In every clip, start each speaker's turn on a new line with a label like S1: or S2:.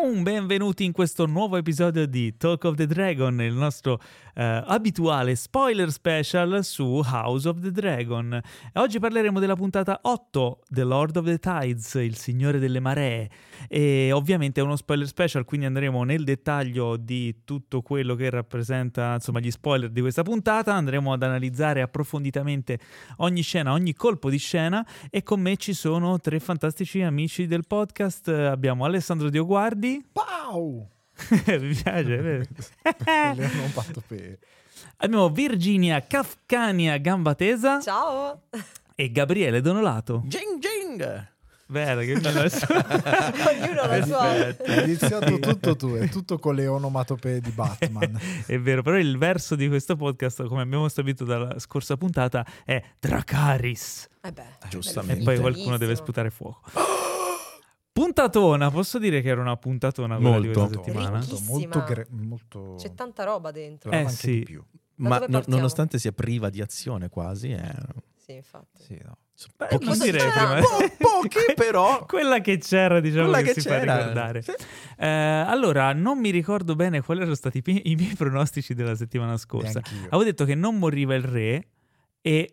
S1: un benvenuti in questo nuovo episodio di Talk of the Dragon, il nostro eh, abituale spoiler special su House of the Dragon. E oggi parleremo della puntata 8, The Lord of the Tides, il Signore delle Maree. E ovviamente è uno spoiler special, quindi andremo nel dettaglio di tutto quello che rappresenta insomma, gli spoiler di questa puntata. Andremo ad analizzare approfonditamente ogni scena, ogni colpo di scena. E con me ci sono tre fantastici amici del podcast. Abbiamo Alessandro Dioguardi.
S2: Pau!
S1: Mi piace, è vero?
S2: Quello non fatto per...
S1: Abbiamo Virginia Kafkania Gambatesa
S3: Ciao!
S1: e Gabriele Donolato.
S2: Ging ging!
S1: Vero, che bello
S3: Ognuno la sua.
S1: Aspetta.
S2: Hai iniziato tutto tu, è tutto con le onomatopee di Batman.
S1: È vero, però il verso di questo podcast, come abbiamo stabilito dalla scorsa puntata, è Dracaris.
S3: Eh beh,
S1: E
S4: Giustamente.
S1: poi qualcuno deve sputare fuoco. Puntatona, posso dire che era una puntatona quella di
S4: Molto.
S1: questa settimana?
S3: Ricchi.
S2: molto... gre- molto...
S3: C'è tanta roba dentro.
S1: Eh,
S2: anche
S1: sì.
S2: di più.
S3: Da
S4: Ma
S3: dove
S4: no-
S3: partiamo?
S4: nonostante sia priva di azione quasi, eh, è...
S3: Sì, infatti.
S2: Sì, no.
S4: sono
S1: Beh,
S4: pochi-
S1: non direi
S3: c'era
S1: prima.
S4: po- pochi, però...
S1: Quella che c'era, diciamo,
S4: quella
S1: che, si
S4: c'era.
S1: fa ricordare.
S4: Sì.
S1: Eh, allora, non mi ricordo bene quali erano stati i pi- i miei pronostici della settimana scorsa.
S2: Neanch'io.
S1: Avevo detto che non moriva il re e...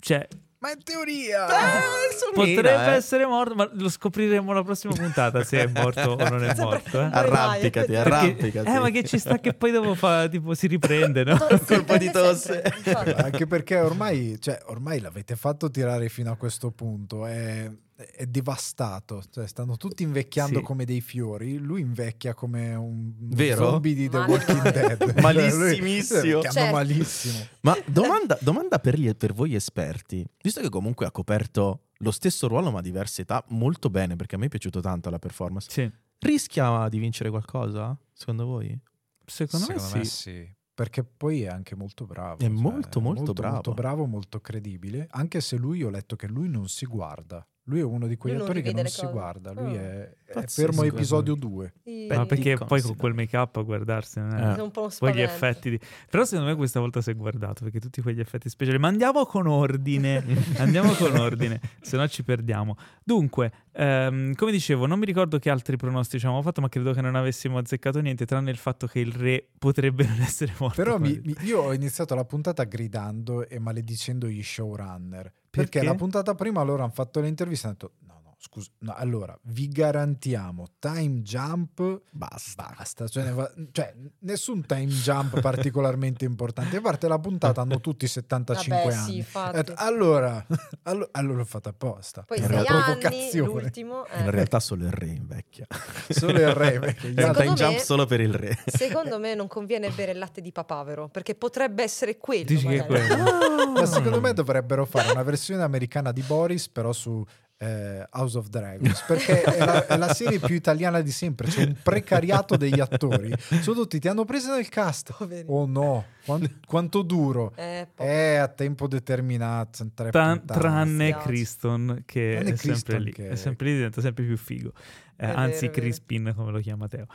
S1: Cioè,
S2: Ma in teoria...
S4: Eh, insomma,
S1: potrebbe
S4: eh.
S1: essere morto, ma lo scopriremo la prossima puntata se è morto o non è
S3: Sempre-
S1: morto. eh.
S4: Arrampicati,
S3: Perché-
S1: Perché-
S4: arrampicati.
S1: eh, ma che ci sta che poi dopo fa, tipo, si riprende, no?
S3: Tosse,
S4: Colpo di
S3: sempre,
S4: tosse.
S3: sempre, infatti.
S2: Anche perché ormai, cioè, ormai l'avete fatto tirare fino a questo punto, è, è devastato, cioè, stanno tutti invecchiando
S1: Sì.
S2: come dei fiori, lui invecchia come un
S4: Vero?
S2: zombie di The
S3: Male,
S2: Walking
S3: male.
S2: Dead.
S4: Malissimissimo.
S2: Lui- Che hanno
S3: Certo.
S2: malissimo.
S4: Ma domanda, domanda per, gli- per voi esperti, visto che comunque ha coperto lo stesso ruolo ma a diverse età molto bene, perché a me è piaciuto tanto la performance,
S1: Sì,
S4: rischia di vincere qualcosa, secondo voi?
S1: secondo, me sì.
S2: Perché poi è anche molto bravo. cioè,
S4: È molto, molto bravo.
S2: Molto bravo, molto credibile. Anche se lui, ho letto che lui non si guarda. Lui è uno di quegli
S3: Lui non
S2: attori che
S3: rivede
S2: non
S3: le
S2: si
S3: cose.
S2: guarda. Lui
S3: Ah.
S2: è, è
S4: Pazzesco,
S2: fermo a episodio 2.
S3: Sì.
S4: Beh,
S1: Ma perché
S4: Di
S1: poi
S4: consiglio.
S1: con quel make-up a guardarsi non è...
S4: Eh.
S3: Sono un po' un
S1: Poi gli
S3: spavento.
S1: effetti di... Però secondo me questa volta si è guardato perché tutti quegli effetti speciali. Ma andiamo con ordine, andiamo con ordine, se no ci perdiamo. Dunque, ehm, come dicevo, non mi ricordo che altri pronostici avevamo fatto, ma credo che non avessimo azzeccato niente, tranne il fatto che il re potrebbe non essere morto.
S2: Però mi-
S1: quasi.
S2: mi- io ho iniziato la puntata gridando e maledicendo gli showrunner. Perché,
S1: Perché?
S2: la puntata prima loro hanno fatto l'intervista e hanno detto: no, no, scusa, no, allora vi garantiamo time jump.
S4: Basta.
S2: Basta, cioè, ne va- cioè, nessun time jump particolarmente importante. A parte la puntata hanno tutti 75
S3: Vabbè,
S2: anni.
S3: sì, infatti.
S2: Eh, Allora, allo- allora l'ho fatta apposta.
S3: Poi
S2: Era
S3: sei
S2: una
S3: anni,
S2: provocazione.
S3: l'ultimo. eh.
S4: In realtà solo il re invecchia.
S2: Solo il re. perché gli
S4: È un
S2: altri-
S4: time
S3: Secondo
S4: jump
S3: me-
S4: solo per il re.
S3: Secondo me non conviene bere il latte di papavero, perché potrebbe essere quello.
S1: Dici che è
S3: magari.
S1: quello.
S2: Ma secondo me dovrebbero fare una versione americana di Boris, però su eh, House of Dragons, perché è la, è la serie più italiana di sempre. C'è un precariato degli attori. Sono tutti, ti hanno preso nel cast.
S3: Poverino.
S2: Oh no, quan- quanto duro.
S3: Eh, po-
S2: È a tempo determinato. sono tre
S1: Tan-
S2: puntate.
S1: tranne
S3: Spiace.
S1: Criston che
S2: Tranne
S1: è sempre
S2: Criston
S1: lì,
S2: che-
S1: è sempre lì, diventa sempre più figo. Eh,
S3: È vero,
S1: anzi,
S3: è vero.
S1: Crispin, come lo chiama Teo.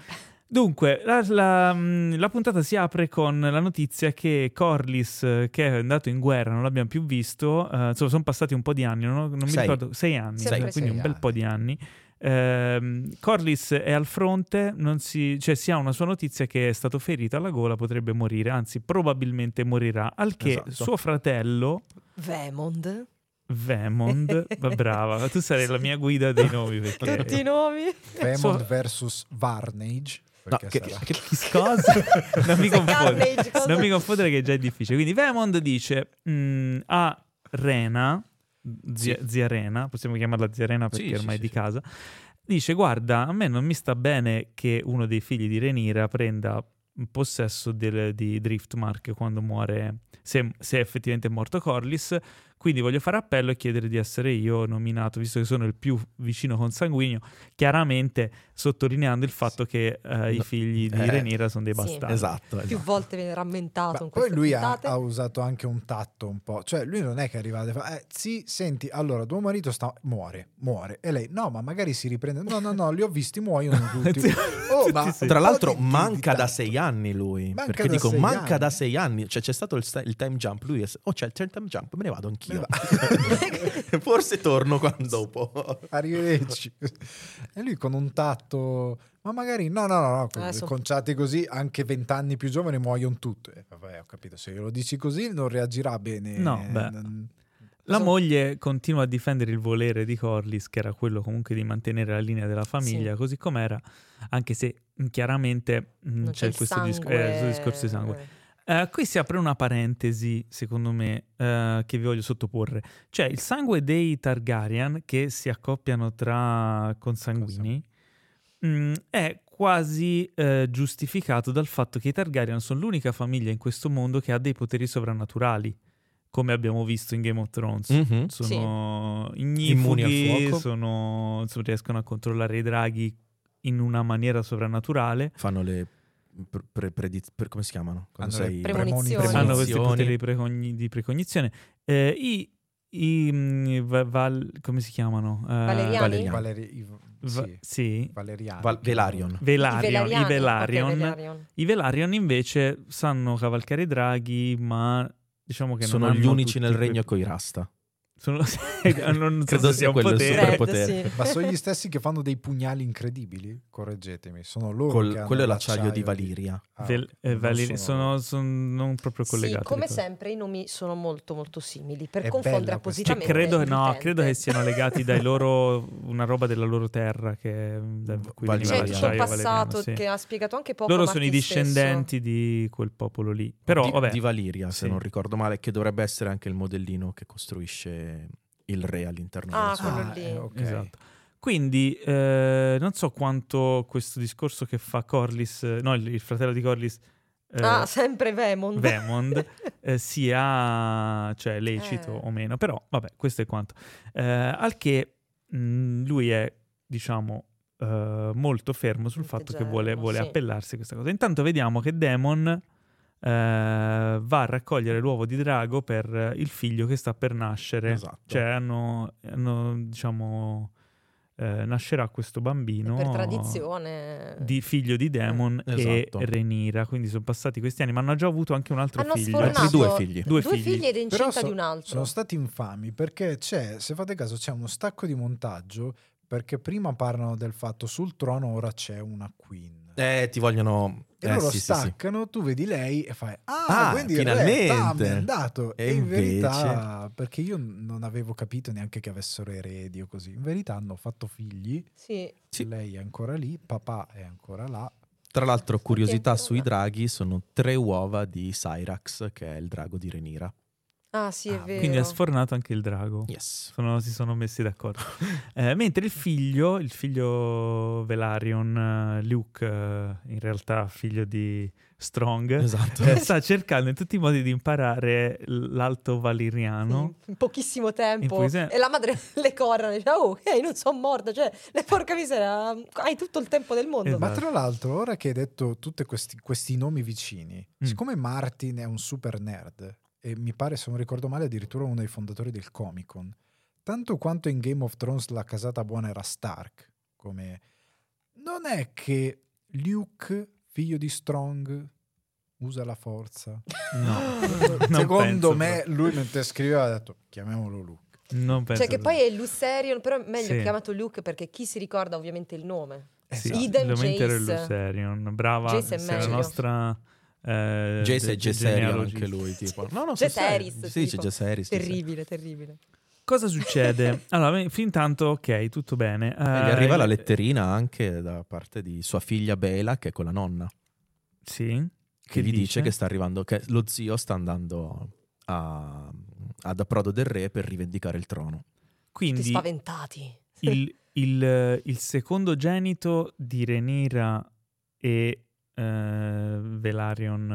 S1: Dunque, la, la- mh, la puntata si apre con la notizia che Corlys, eh, che è andato in guerra, non l'abbiamo più visto, eh, insomma, sono passati un po' di anni, non, non mi
S4: Sei.
S1: ricordo, sei anni,
S3: Sempre
S1: quindi
S3: sei
S1: un bel
S2: anni.
S1: po' di anni. Ehm, Corlys è al fronte, non si, cioè si ha una sua notizia che è stato ferito alla gola, potrebbe morire, anzi probabilmente morirà, al che
S4: Esatto.
S1: suo fratello,
S3: Vemond.
S1: Vemond, va brava, tu sarei la mia guida dei nomi perché...
S3: Tutti i nomi.
S2: Raymond
S1: So-
S2: versus Varnage.
S4: No,
S2: perché
S4: che,
S2: sarà-
S4: che-
S1: Cosa? Non mi confondere,
S3: Carnage, cosa?
S1: non mi confondere che è già difficile. Quindi Vemond dice mm, a Rena, zia, zia Rena, possiamo chiamarla zia Rena perché
S4: Sì, sì,
S1: ormai è
S4: sì,
S1: di
S4: sì.
S1: casa, dice guarda, a me non mi sta bene che uno dei figli di Renira prenda possesso del- di Driftmark quando muore, se, se è effettivamente morto Corlys, quindi voglio fare appello e chiedere di essere io nominato, visto che sono il più vicino consanguigno, chiaramente sottolineando il fatto che eh, i
S4: No.
S1: figli di
S4: Eh,
S1: Renira sono dei
S3: sì.
S1: bastardi.
S4: esatto.
S3: Più
S4: esatto.
S3: volte viene rammentato
S2: Ma poi
S3: in queste
S2: lui ha,
S3: puntate.
S2: ha usato anche un tatto un po', cioè lui non è che è arrivato e fa, eh, sì, senti, allora tuo marito sta, muore, muore, e lei, no, ma magari si riprende, no, no, no, li ho visti, muoiono tutti.
S1: Sì,
S2: Oh,
S1: tutti
S2: ma
S1: sì.
S4: Tra
S2: un po'
S4: l'altro
S2: di- di- di
S4: manca da
S2: tatto.
S4: sei anni lui.
S2: Manca
S4: perché
S2: da
S4: dico,
S2: sei
S4: manca
S2: anni.
S4: da sei anni. Cioè c'è stato il, sta- il time jump, lui è... Oh c'è il time jump, me ne vado anch'io. anch'io. Forse torno quando dopo.
S2: Arrivederci. E lui con un tatto, ma magari no, no,
S4: Ah,
S2: no, no
S3: Adesso-
S2: conciati così anche vent'anni più giovani muoiono tutti. Eh, vabbè, ho capito, se lo dici così non reagirà bene.
S1: No, beh.
S2: N-
S1: La
S2: Insomma-
S1: moglie continua a difendere il volere di Corliss, che era quello comunque di mantenere la linea della famiglia
S3: Sì.
S1: così com'era, anche se mh, chiaramente mh,
S3: Non
S1: c'è,
S3: il
S1: questo, dis- eh,
S3: sangue,
S1: questo discorso di sangue.
S3: eh.
S1: Eh, qui si apre una parentesi, secondo me, eh, che vi voglio sottoporre. Cioè, il sangue dei Targaryen che si accoppiano tra consanguini mh, è quasi eh, giustificato dal fatto che i Targaryen sono l'unica famiglia in questo mondo che ha dei poteri sovrannaturali, come abbiamo visto in Game of Thrones.
S4: Mhm.
S1: Sono
S4: Immuni al
S1: ignifughi,
S4: fuoco.
S1: sono- insomma, riescono a controllare i draghi in una maniera sovrannaturale.
S4: Fanno le... pre- pre- predi- pre- come si chiamano? Quando
S2: Hanno le
S4: sei...
S3: premonizioni.
S2: premonizioni.
S1: hanno questi
S4: Premonizioni.
S1: poteri di, precogni- di precognizione. Eh, i, i, mm, va- val- come si chiamano? Eh,
S3: Valeriani?
S4: Valeriani.
S2: Valeri- i-
S1: va-
S2: sì,
S1: sì.
S2: Valeriani.
S4: Val- Velarion.
S1: Velarion, i
S3: Velariani,
S1: Velarion.
S3: ok, Velarion.
S1: I Velarion invece sanno cavalcare i draghi, ma diciamo che
S4: Sono
S1: non
S4: gli
S1: hanno
S4: unici
S1: tutti
S4: nel
S1: quei-
S4: regno coirasta.
S1: Sono... non so
S4: Credo
S1: se
S4: sia
S1: sia un
S4: quello il
S1: potere.
S4: super-
S3: Fred,
S4: superpotere.
S3: sì.
S2: Ma sono gli stessi che fanno dei pugnali incredibili? Correggetemi, sono loro. che
S4: Col-
S2: hanno
S4: Quello è l'acciaio
S2: l'acciaio
S4: di Valiria.
S2: Ah,
S1: Vel-
S2: ok.
S1: eh,
S2: Non
S1: Valeri- sono...
S2: sono-
S1: sono non proprio
S3: Sì,
S1: collegati.
S3: come sempre i nomi sono molto molto simili per
S2: È
S3: confondere
S2: bella questa-
S1: Cioè,
S3: appositamente.
S1: credo, che- no,
S3: l'utente.
S1: credo che siano legati dai loro una roba della loro terra che da cui
S4: Valeriani.
S1: veniva
S3: C'è Cioè, tutto un
S1: l'acciaio cioè, valeriano,
S3: passato
S1: sì.
S3: che ha spiegato anche poco
S1: loro
S3: Matti
S1: sono i
S3: stesso.
S1: discendenti di quel popolo lì. Però,
S4: di,
S1: vabbè,
S4: di Valiria, se
S1: Sì.
S4: non ricordo male, che dovrebbe essere anche il modellino che costruisce il re all'interno
S3: Ah,
S4: della sua.
S3: quello
S2: Ah,
S3: lì.
S2: eh, ok.
S1: esatto. Quindi eh, non so quanto questo discorso che fa Corlys, eh, no, il, il fratello di Corlys, eh,
S3: Ah, sempre Vemond.
S1: Vemond, eh, sia cioè, lecito
S3: Eh.
S1: o meno, però vabbè, questo è quanto. Eh, al che mh, lui è, diciamo, eh, molto fermo sul fatto che vuole,
S3: Integerrimo,
S1: vuole
S3: sì.
S1: appellarsi a questa cosa. Intanto vediamo che Demon eh, va a raccogliere l'uovo di drago per eh, il figlio che sta per nascere.
S4: Esatto.
S1: Cioè hanno, hanno, diciamo, eh, nascerà questo bambino
S3: per tradizione.
S1: di figlio di Demon
S4: Eh.
S1: e
S4: Esatto.
S1: Renira. Quindi sono passati questi anni, ma hanno già avuto anche un altro
S3: Hanno
S1: figlio.
S3: sfornato
S4: Altri due figli.
S1: Due
S3: due
S1: figli.
S3: figli ed è
S2: Però
S3: incinta
S2: so-
S3: di un altro.
S2: Sono stati infami perché c'è, se fate caso, c'è uno stacco di montaggio perché prima parlano del fatto sul trono ora c'è una queen.
S4: Eh, ti vogliono...
S2: E
S4: eh,
S2: loro
S4: sì, sì, sì.
S2: staccano, tu vedi lei e fai Ah,
S4: Ah,
S2: quindi
S4: finalmente!"
S2: finalmente è andato.
S4: E
S2: E, in verità,
S4: invece-
S2: perché io non avevo capito neanche che avessero eredi o così. In verità hanno fatto figli,
S3: Sì.
S4: Sì.
S2: lei è ancora lì, papà è ancora là.
S4: Tra l'altro, curiosità sui
S3: ancora
S4: draghi, sono tre uova di Cyrax, che è il drago di Renira.
S3: Ah, sì, è
S2: Ah,
S3: vero.
S1: Quindi ha sfornato anche il drago.
S4: Yes.
S1: Sono- si sono messi d'accordo. Eh, mentre il figlio, il figlio Velarion, eh, Luke, eh, in realtà figlio di Strong,
S4: Esatto.
S1: eh, sta cercando in tutti i modi di imparare l'alto valiriano.
S3: In pochissimo
S1: In
S3: tempo
S1: pochissimo-
S3: e la madre le corra e dice oh ehi non sono morta cioè le- porca miseria hai tutto il tempo del mondo
S1: Esatto.
S2: Ma tra l'altro, ora che hai detto tutti questi, questi nomi vicini,
S1: Mm.
S2: siccome Martin è un super nerd, e mi pare, se non ricordo male, addirittura uno dei fondatori del Comic Con, tanto quanto in Game of Thrones la casata buona era Stark, come... Non è che Luke, figlio di Strong, usa la forza?
S1: No, non penso
S2: Secondo me, lui mentre scriveva ha detto, chiamiamolo Luke.
S1: proprio. Non penso
S3: cioè che
S1: proprio.
S3: poi è Lucerion però è meglio
S1: Sì.
S3: chiamato Luke perché chi si ricorda ovviamente il nome
S1: Eh, Sì,
S2: Esatto.
S3: Idem
S1: lo mentre
S3: Jace.
S1: Lucerion. Brava,
S3: Jace è
S1: sei la
S3: meglio.
S1: nostra... Eh,
S4: Jace
S1: ge-
S4: e Geserion
S1: genealogista.
S4: anche lui, tipo. No, no,
S3: Geseris,
S4: Gesseris. Sì, c'è
S3: tipo.
S4: Gesseris. Gesseris.
S3: terribile terribile
S1: Cosa succede? allora, beh, fin tanto, ok, tutto bene.
S4: E Eh, gli arriva
S1: eh,
S4: la letterina anche da parte di sua figlia Bela, che è con la nonna,
S1: Sì.
S4: che gli dice? che sta arrivando, che lo zio sta andando a- ad approdo del re per rivendicare il trono.
S3: tutti
S1: Quindi
S3: spaventati
S1: il, il, il secondo genito di Renira e eh, Velarion,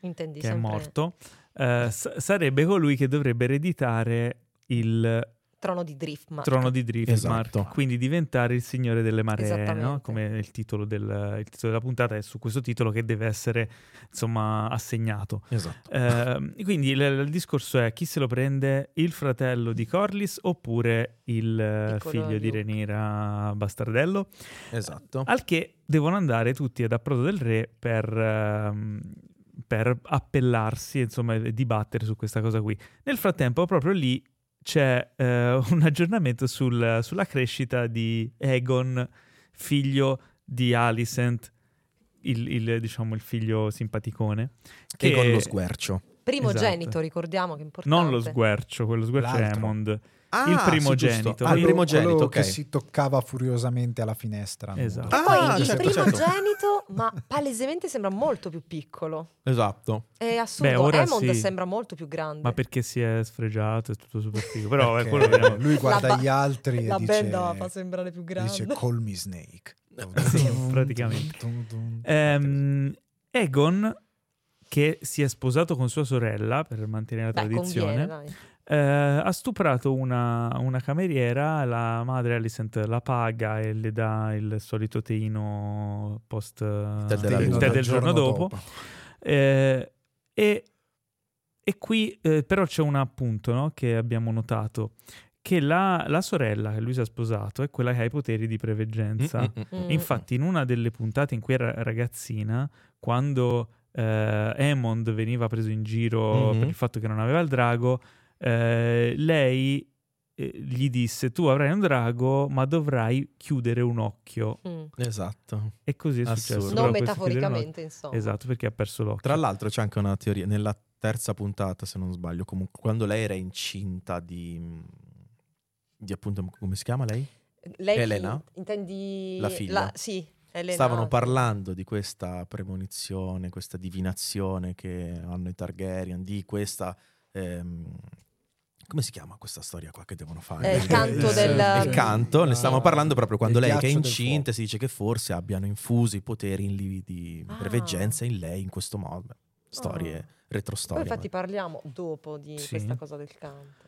S1: eh,
S3: intendi
S1: che è
S3: sempre
S1: morto, eh, s- sarebbe colui che dovrebbe ereditare il
S3: trono di Driftmark
S1: trono di Driftmark,
S4: Esatto.
S1: quindi diventare il signore delle maree,
S3: Esattamente.
S1: no? come il titolo, del- il titolo della puntata è su questo titolo che deve essere insomma assegnato.
S4: Esatto.
S1: Ehm, quindi il, il discorso è chi se lo prende, il fratello di Corlys oppure il eh,
S3: Piccolo
S1: figlio di
S3: Luke.
S1: Renira Bastardello,
S4: esatto.
S1: eh, al che devono andare tutti ad approdo del re per, ehm, per appellarsi, insomma, e dibattere su questa cosa qui. Nel frattempo, proprio lì c'è eh, un aggiornamento sul- sulla crescita di Egon, figlio di Alicent, il, il, diciamo il figlio simpaticone.
S4: Che con
S1: eh,
S4: lo sguercio.
S3: Primogenito,
S1: Esatto.
S3: ricordiamo che è importante.
S1: Non lo sguercio, quello sguercio è
S2: L'altro.
S1: Hammond.
S4: Ah,
S1: Il
S4: sì,
S1: primogenito.
S4: giusto. Ah, il
S1: Quello-
S4: primogenito,
S2: Quello
S4: ok.
S2: che si toccava furiosamente alla finestra. nudo.
S1: Esatto.
S3: Poi
S4: Ah,
S3: il
S4: certo, certo.
S3: primogenito, ma palesemente sembra molto più piccolo.
S4: Esatto.
S3: È assurdo.
S1: Beh, ora
S3: Hammond
S1: sì.
S3: sembra molto più grande.
S1: Ma perché si è sfregiato? È tutto super figo. Però è
S2: Perché
S1: quello vediamo.
S2: lui guarda
S3: La ba-
S2: gli altri e
S3: La
S2: dice,
S3: band la fa sembrare più grande.
S2: dice call me snake.
S1: Sì, praticamente.
S2: Dun, dun, dun.
S1: Ehm, Egon, che si è sposato con sua sorella per mantenere la
S3: Beh,
S1: tradizione,
S3: conviene, dai.
S1: eh, ha stuprato una, una cameriera. La madre Alicent la paga e le dà il solito teino post
S4: tè
S1: il
S4: della luna.
S1: tè del giorno dopo. Eh, e, e qui eh, però c'è un appunto no, che abbiamo notato, che la, la sorella che lui si è sposato è quella che ha i poteri di preveggenza.
S4: Mm, mm, mm, mm.
S1: Infatti in una delle puntate in cui era ragazzina, quando eh, Hammond veniva preso in giro
S4: Mhm.
S1: per il fatto che non aveva il drago, eh, lei eh, gli disse tu avrai un drago ma dovrai chiudere un occhio
S3: Mm.
S4: Esatto.
S1: e così è
S4: Assurdo.
S1: successo.
S3: Non
S1: Però questo chiudere un
S3: metaforicamente, insomma.
S1: occhio- Esatto, perché ha perso l'occhio.
S4: Tra l'altro c'è anche una teoria, nella terza puntata se non sbaglio, comunque quando lei era incinta di... di appunto, come si chiama lei?
S3: Lei chi-
S4: Elena?
S3: Intendi
S4: La figlia?
S3: sì, Elena.
S4: Stavano parlando di questa premonizione, questa divinazione che hanno i Targaryen, di questa... ehm, come si chiama questa storia qua che devono fare?
S3: Eh, il canto
S4: Eh,
S3: del-
S4: Il canto, ne stavamo parlando proprio quando
S2: Ah, Del
S4: lei che è
S2: ghiaccio del
S4: incinta si dice che forse abbiano infuso i poteri in lì di
S3: Ah.
S4: preveggenza in lei in questo modo. Storie,
S3: Poi
S4: retrostorie.
S3: infatti
S4: ma-
S3: parliamo dopo di
S1: Sì.
S3: questa cosa del canto.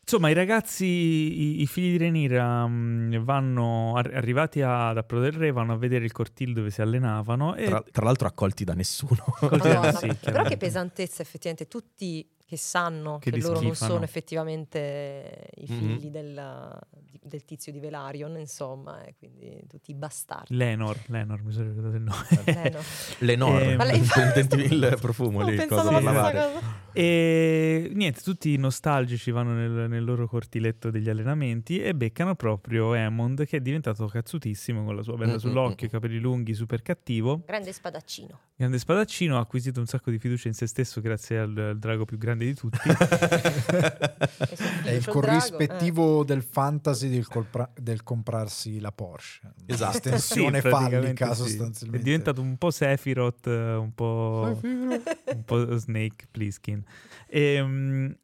S1: Insomma, i ragazzi, i, i figli di Renira, mh, vanno ar- arrivati a- ad Appro del Re, vanno a vedere il cortile dove si allenavano e
S4: Tra, tra l'altro accolti da nessuno.
S1: Madonna,
S3: Madonna,
S1: sì,
S3: però
S1: chiaramente.
S3: che pesantezza effettivamente tutti che sanno
S1: Che
S3: che,
S1: li
S3: loro non
S1: schifano.
S3: sono effettivamente i
S4: Mhm.
S3: figli del, di- del tizio di Velarion, insomma, e quindi tutti i bastardi.
S1: Lenor, Lenor, mi sono ricordato il nome.
S3: Eh, no.
S4: Lenore,
S1: Eh,
S3: Ma lei-
S4: il profumo
S3: Stavo
S4: lì, cosa
S3: pensando
S4: per
S3: alla
S4: lavare.
S3: stessa cosa.
S1: E niente, tutti nostalgici vanno nel, nel loro cortiletto degli allenamenti e beccano proprio Hammond che è diventato cazzutissimo con la sua bella
S4: Mm,
S1: sull'occhio,
S4: mm,
S1: i capelli lunghi, super cattivo.
S3: Grande spadaccino.
S1: Grande spadaccino, ha acquisito un sacco di fiducia in se stesso grazie al, al drago più grande di tutti.
S2: È il
S3: E suo figlio, col drago, eh.
S2: corrispettivo del fantasy del, colpra- del comprarsi la Porsche.
S4: Esatto.
S2: Estensione
S1: Sì, praticamente
S2: fallica
S1: sì.
S2: sostanzialmente.
S1: È diventato un po' Sephiroth, eh, un po'... un po' Snake Plissken. Ehm,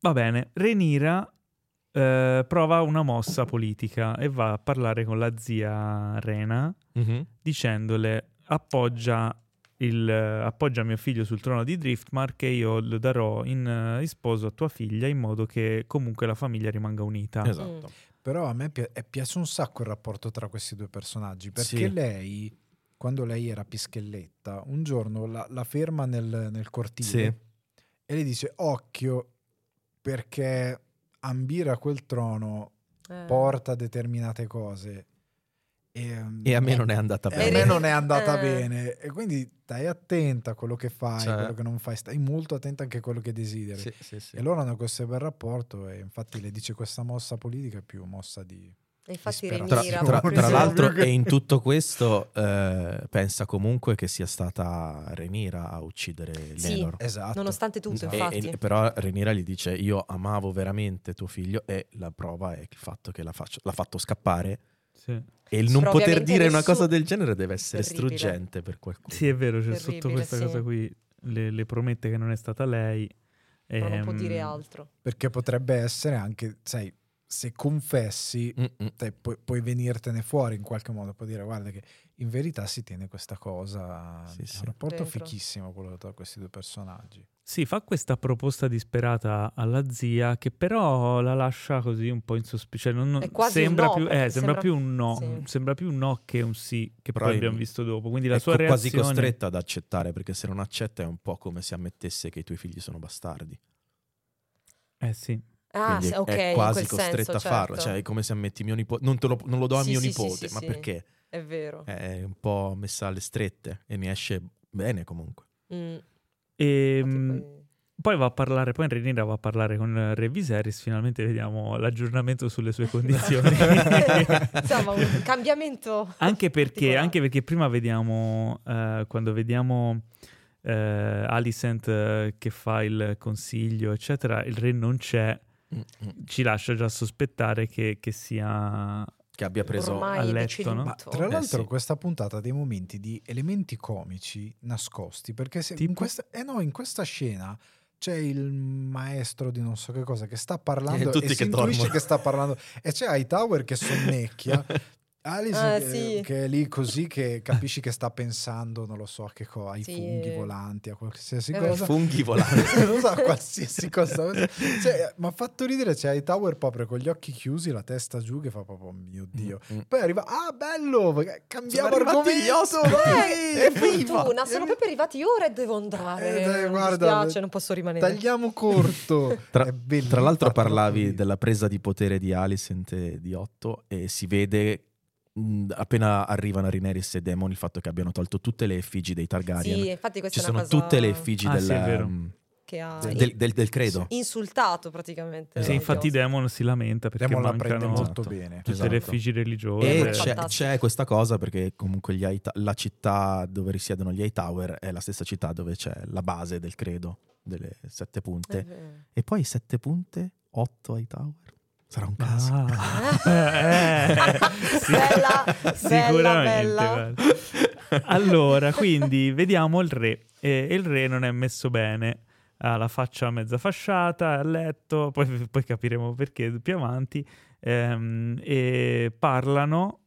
S1: va bene, Renira eh, prova una mossa politica e va a parlare con la zia Rena
S4: Mhm.
S1: dicendole appoggia, il, appoggia mio figlio sul trono di Driftmark e io lo darò in, eh, in sposo a tua figlia in modo che comunque la famiglia rimanga unita.
S4: Esatto.
S1: Mm.
S2: Però a me pi- è piace un sacco il rapporto tra questi due personaggi, perché
S4: Sì.
S2: lei, quando lei era pischelletta, un giorno la, la ferma nel, nel cortile
S4: Sì.
S2: e le dice occhio perché ambire a quel trono
S3: Eh.
S2: porta determinate cose. E, mm,
S4: E a me non è andata
S2: e a
S4: bene.
S2: me non è andata
S3: Eh.
S2: bene e quindi stai attenta a quello che fai,
S4: Cioè.
S2: quello che non fai, stai molto attenta anche a quello che desideri.
S4: Sì, sì, sì.
S2: E loro hanno questo bel rapporto e infatti le dice questa mossa politica è più mossa di...
S3: Eh. E Infatti
S2: Disperato.
S4: Tra,
S3: Renira
S4: tra-
S2: proprio.
S4: tra l'altro,
S2: Proprio
S4: e
S2: che-
S4: in tutto questo, eh, pensa comunque che sia stata Renira a uccidere
S3: Sì.
S4: Lenor.
S2: Esatto.
S3: nonostante tutto,
S4: E-
S3: infatti.
S4: e- però Renira gli dice: Io amavo veramente tuo figlio, e la prova è il fatto che la faccio- l'ha fatto scappare.
S1: Sì.
S4: E il non
S3: Propriamente
S4: poter dire una
S3: nessuno-
S4: cosa del genere deve essere
S3: Terribile.
S4: struggente per qualcuno.
S1: Sì, è vero, c'è
S3: Terribile,
S1: sotto questa
S3: sì.
S1: cosa qui le, le promette che non è stata lei.
S3: però non può
S1: Ehm,
S3: dire altro.
S2: Perché potrebbe essere anche, sai, se confessi
S4: Mm-mm.
S2: te pu- puoi venirtene fuori in qualche modo, puoi dire guarda che in verità si tiene questa cosa.
S4: Sì,
S2: è
S4: sì.
S2: un rapporto
S3: Dentro.
S2: fichissimo quello tra questi due personaggi.
S1: Sì, fa questa proposta disperata alla zia che però la lascia così un po' in sospeso.
S3: È quasi un
S1: sembra,
S3: no,
S1: più, eh, sembra
S3: perché sembra-
S1: più un no,
S3: sì.
S1: sembra più un no che un sì che
S4: Però
S1: poi
S4: è-
S1: abbiamo visto dopo. Quindi la
S4: È
S1: sua
S4: co- Ecco, quasi
S1: reazione
S4: costretta ad accettare perché se non accetta è un po' come se ammettesse che i tuoi figli sono bastardi.
S1: Eh sì.
S3: Ah,
S4: Quindi
S3: sì,
S4: è-
S3: ok,
S4: è
S3: in
S4: quasi
S3: quel
S4: costretta
S3: senso,
S4: a farlo.
S3: certo.
S4: Cioè, è come se ammetti mio nipote. Non, te lo, non lo do a
S3: Sì,
S4: mio
S3: sì, sì,
S4: nipote,
S3: sì,
S4: ma
S3: sì.
S4: perché
S3: È vero.
S4: eh. è un po' messa alle strette e ne esce bene comunque.
S3: Mm.
S1: E,
S3: Infatti
S1: mh,
S3: poi-
S1: Ehm, poi va a parlare, poi Enrico Nera va a parlare con eh, Re Viserys, finalmente vediamo l'aggiornamento sulle sue condizioni.
S3: Insomma, un cambiamento.
S1: anche, perché,
S3: particolare.
S1: anche perché prima vediamo, eh, quando vediamo eh, Alicent eh, che fa il consiglio, eccetera, il re non c'è,
S4: Mm, mm.
S1: ci lascia già sospettare che, che sia...
S4: Che abbia preso...
S3: Ormai
S1: a letto,
S3: dice
S1: no?
S3: tutto.
S2: Ma tra l'altro,
S4: Eh, sì.
S2: questa puntata ha dei momenti di elementi comici nascosti. Perché se
S1: Tipo?
S2: in, questa, eh no, in questa scena c'è il maestro di non so che cosa che sta
S4: Eh,
S2: parlando
S4: tutti
S2: e
S4: che
S2: si intuisce
S4: dormono.
S2: che sta parlando, e c'è Hightower che sonnecchia. Alice
S3: Ah,
S2: che,
S3: sì.
S2: che è lì così che capisci che sta pensando, non lo so, a che co- ai
S3: Sì,
S2: funghi
S3: eh.
S2: volanti, a qualsiasi
S3: Eh,
S2: cosa.
S4: Funghi volanti.
S2: non so, qualsiasi cosa. Cioè, mi ha fatto ridere, c'è Hightower proprio con gli occhi chiusi, la testa giù, che fa proprio, mio Dio.
S4: Mm, mm.
S2: Poi arriva, ah bello, cambiamo
S4: Sono arrivati gli
S2: argomento.
S3: Oh,
S4: ospiti!
S2: vai,
S4: Eh,
S3: Che
S2: evviva!"
S3: fortuna, sono
S2: E-
S3: proprio arrivati ora e devo andare.
S2: Eh, dai,
S3: mi
S2: guarda,
S3: dispiace, non posso rimanere.
S2: Tagliamo corto.
S4: Tra,
S2: È bellissimo,
S4: tra l'altro
S2: fa troppo
S4: parlavi
S2: ridere.
S4: della presa di potere di Alicent e di Otto e si vede mh, appena arrivano Rhaenyra e Daemon il fatto che abbiano tolto tutte le effigi dei Targaryen.
S3: Sì, infatti questa
S4: Ci
S3: è una
S4: sono
S3: cosa
S4: tutte le effigi
S1: Ah,
S4: del,
S1: sì, è vero.
S4: mh,
S3: che ha
S2: Sì.
S4: del- del- del credo.
S3: insultato praticamente.
S1: Sì,
S4: Esatto.
S1: infatti Demon si lamenta perché
S2: Andiamo la prende
S1: mancano
S2: molto
S4: Esatto.
S2: bene.
S1: tutte le
S4: Esatto.
S1: effigi religiose.
S4: E
S3: È
S4: c'è,
S3: fantastico.
S4: c'è questa cosa perché comunque gli Highta- la città dove risiedono gli Hightower è la stessa città dove c'è la base del credo, delle sette
S3: Eh,
S4: punte.
S3: beh.
S4: E poi sette punte, otto Hightower. Sarà un caso.
S1: Ah. Eh, sì.
S3: Eh, Bella, bella,
S1: Sicuramente.
S3: bella.
S1: guarda. Allora, quindi vediamo il re. E il re non è messo bene. Ha la faccia mezza fasciata, a letto, poi, poi capiremo perché più avanti. Ehm, e parlano.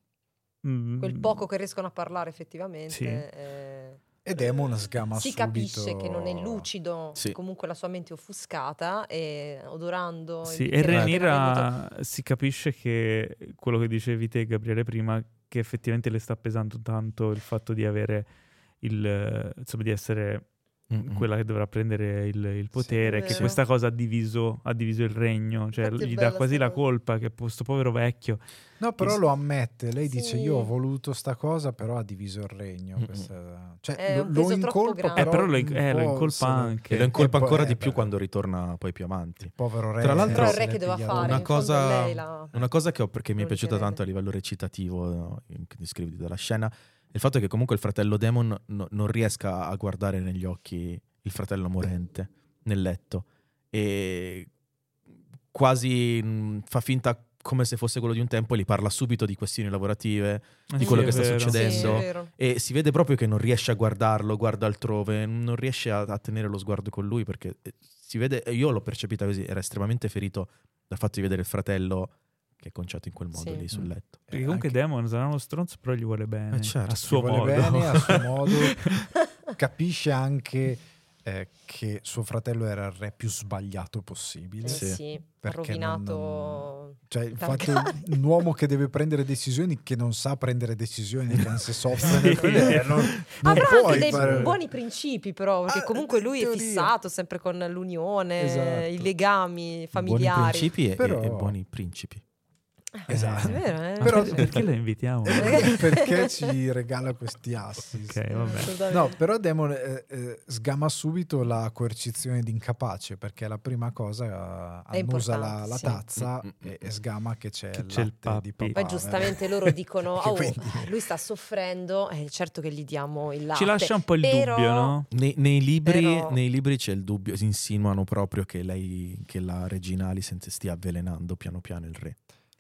S1: mm,
S3: Quel poco che riescono a parlare effettivamente.
S1: Sì.
S3: eh,
S2: E Demon sgama
S3: si
S2: subito.
S3: capisce che non è lucido,
S4: Sì.
S3: comunque la sua mente è offuscata e odorando. il
S1: Sì, e
S3: bicchiere appena bevuto-
S1: Renira si capisce che quello che dicevi te, Gabriele, prima, che effettivamente le sta pesando tanto il fatto di avere il eh, insomma, di essere
S4: Mm, mm.
S1: quella che dovrà prendere il, il potere, che
S3: vero.
S1: questa cosa ha diviso, ha diviso il regno, cioè
S3: Infatti è
S1: gli dà
S3: bella
S1: quasi
S3: sta
S1: la
S3: cosa.
S1: colpa che questo povero vecchio.
S2: No, però lo ammette. Lei dice:
S3: Sì.
S2: Io ho voluto sta cosa, però ha diviso il regno.
S4: Mm-mm.
S2: Questa- Cioè,
S3: È
S2: lo,
S3: un
S2: lo
S3: peso troppo
S2: incolpa,
S3: grande.
S1: Eh, però lo, in- eh, lo
S2: un po' se
S1: incolpa
S2: ne-
S1: anche.
S4: E lo incolpa
S2: E poi-
S4: ancora
S2: eh,
S4: di più
S2: beh.
S4: quando ritorna poi più avanti.
S2: Povero re.
S4: Tra l'altro-
S3: Però il
S2: se
S3: re
S2: l'è
S3: che doveva
S2: pigliato.
S3: fare?
S4: Una
S3: in fondo
S4: cosa-
S3: è lei la-
S4: Una cosa che, ho, perché mi è
S3: Lo
S4: piaciuta
S3: richiede.
S4: tanto a livello recitativo, no, in- che descrivi della scena, è il fatto che comunque il fratello Demon no- non riesca a guardare negli occhi il fratello morente nel letto e quasi mh, fa finta come se fosse quello di un tempo e gli parla subito di questioni lavorative
S1: Eh
S4: di
S1: sì,
S4: quello
S1: è
S4: che sta
S1: vero.
S4: succedendo.
S3: Sì, è vero.
S4: e si vede proprio che non riesce a guardarlo, guarda altrove, non riesce a, a tenere lo sguardo con lui perché eh, si vede, e io l'ho percepita così, era estremamente ferito dal fatto di vedere il fratello che è conciato in quel modo
S3: Sì. Mm.
S4: lì sul letto.
S1: Perché comunque
S2: Anche-
S1: Demon sarà uno stronzo, però gli vuole bene.
S4: Eh, certo,
S1: a
S4: gli
S1: suo
S2: vuole
S1: modo.
S2: bene, a suo modo. capisce anche eh, che suo fratello era il re più sbagliato possibile.
S3: Eh
S4: Sì.
S3: sì, ha
S2: Perché
S3: rovinato.
S2: non- Cioè, il fatto
S3: Targaryen.
S2: un uomo che deve prendere decisioni che non sa prendere decisioni, che non si soffre
S1: Sì.
S2: nel prendere, non, non
S3: Avrà
S2: puoi
S3: anche dei
S2: fare-
S3: buoni principi, però, perché
S2: Ah,
S3: comunque lui è
S2: teoria.
S3: fissato sempre con l'unione,
S2: Esatto.
S3: i legami
S4: Buoni
S3: familiari.
S4: principi e,
S2: Però-
S4: e- e buoni principi.
S2: Esatto.
S3: È vero, eh? Esatto.
S1: Ma
S2: Però-
S1: perché- perché lo invitiamo?
S2: perché ci regala questi assist.
S1: ok, vabbè.
S2: No, però Demon eh, eh, sgama subito la coercizione di incapace perché è la prima cosa
S3: È
S2: eh, annusa la,
S3: importante,
S2: la
S3: sì.
S2: tazza
S4: Mm, mm, mm,
S2: e, e sgama che c'è,
S1: Che
S2: il
S1: c'è il
S2: latte di
S1: pappi.
S2: papà.
S1: Poi
S3: Poi giustamente loro dicono,
S2: Che
S3: "Oh,
S2: quindi-
S3: lui sta soffrendo, è certo che gli diamo il latte.
S1: Ci lascia un po' il
S3: Però-
S1: dubbio, no?
S4: Nei, nei libri,
S3: Però-
S4: nei libri c'è il dubbio, si insinuano proprio che lei, che la regina Alicent stia avvelenando piano piano il re.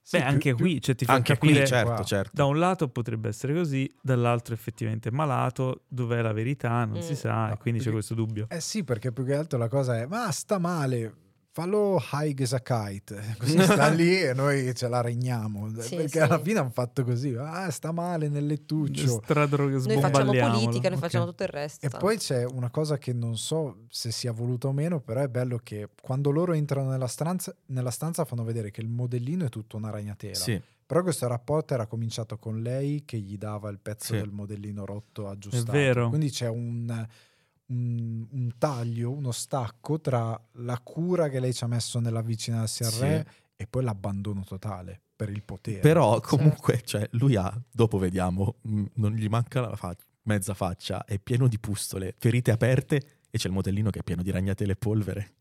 S2: Sì,
S1: Beh,
S2: più-
S1: anche
S2: più-
S1: qui cioè, ti fa
S4: Anche
S1: capire.
S4: qui, certo,
S2: Wow.
S4: certo.
S1: Da un lato potrebbe essere così, dall'altro effettivamente è malato, dov'è la verità non
S3: Mm.
S1: si sa, e
S2: No,
S1: quindi c'è
S2: perché-
S1: questo dubbio.
S2: Eh sì, perché più che altro la cosa è, ma sta male, fallo high as a kite, così sta lì e noi ce la regniamo,
S3: Sì,
S2: perché
S3: sì.
S2: alla fine hanno fatto così, ah sta male nel lettuccio.
S1: Stradro-
S3: Noi facciamo
S1: sbomballiamolo.
S3: politica, noi
S1: Ok.
S3: facciamo tutto il resto.
S2: E poi c'è una cosa che non so se sia voluta o meno, però è bello che quando loro entrano nella stanza, nella stanza fanno vedere che il modellino è tutto una ragnatela.
S4: Sì.
S2: Però questo rapporto era cominciato con lei che gli dava il pezzo
S4: Sì.
S2: del modellino rotto aggiustato.
S1: vero.
S2: Quindi c'è un, un- un taglio, uno stacco tra la cura che lei ci ha messo nell'avvicinarsi al
S4: Sì.
S2: Cioè, re e poi l'abbandono totale per il potere.
S4: Però comunque, cioè, lui ha, dopo mm, vediamo, mh, non gli manca la fa- mezza faccia, è pieno di pustole, ferite aperte e c'è il modellino che è pieno di ragnatele e polvere.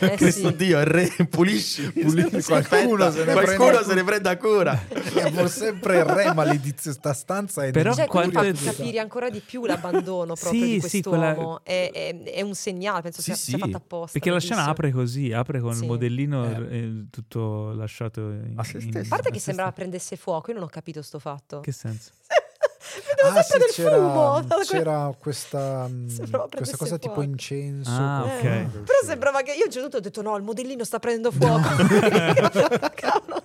S3: Eh
S4: Questo
S3: sì.
S4: dio è il re, pulisci,
S2: Pulisci.
S4: qualcuno, se ne, qualcuno
S2: prenda-
S4: se ne prenda cura.
S2: Siamo sempre il re maledizio sta stanza è
S1: Però
S2: di
S1: Cioè,
S3: Cioè, quindi
S1: quanto
S3: fa
S1: è-
S3: capire ancora di più l'abbandono proprio
S1: Sì,
S3: di
S1: sì,
S3: quest'uomo. È, è- è un segnale, penso sia,
S4: Sì,
S3: sia
S4: sì.
S3: fatto apposta.
S1: Perché la
S3: bellissimo.
S1: scena apre così, apre con
S3: Sì.
S1: il modellino
S2: Eh.
S1: eh, tutto lasciato in,
S4: A se
S1: in- in-
S4: stesso. A
S3: A parte
S1: a
S3: che
S1: se
S3: sembrava
S1: stesso.
S3: prendesse fuoco, io non ho capito sto fatto.
S1: Che senso?
S3: Vedevo
S2: Ah, sì,
S3: sempre del
S2: c'era, mm,
S3: fumo.
S2: c'era questa, mm, questa
S3: Sembrava prendesse
S2: cosa tipo
S3: fuoco.
S2: incenso.
S1: Ah,
S2: con-
S1: ok.
S2: che
S1: Però
S2: usciva.
S3: Però sembrava che io a un certo punto ho detto no, il modellino sta prendendo fuoco. Cavolo.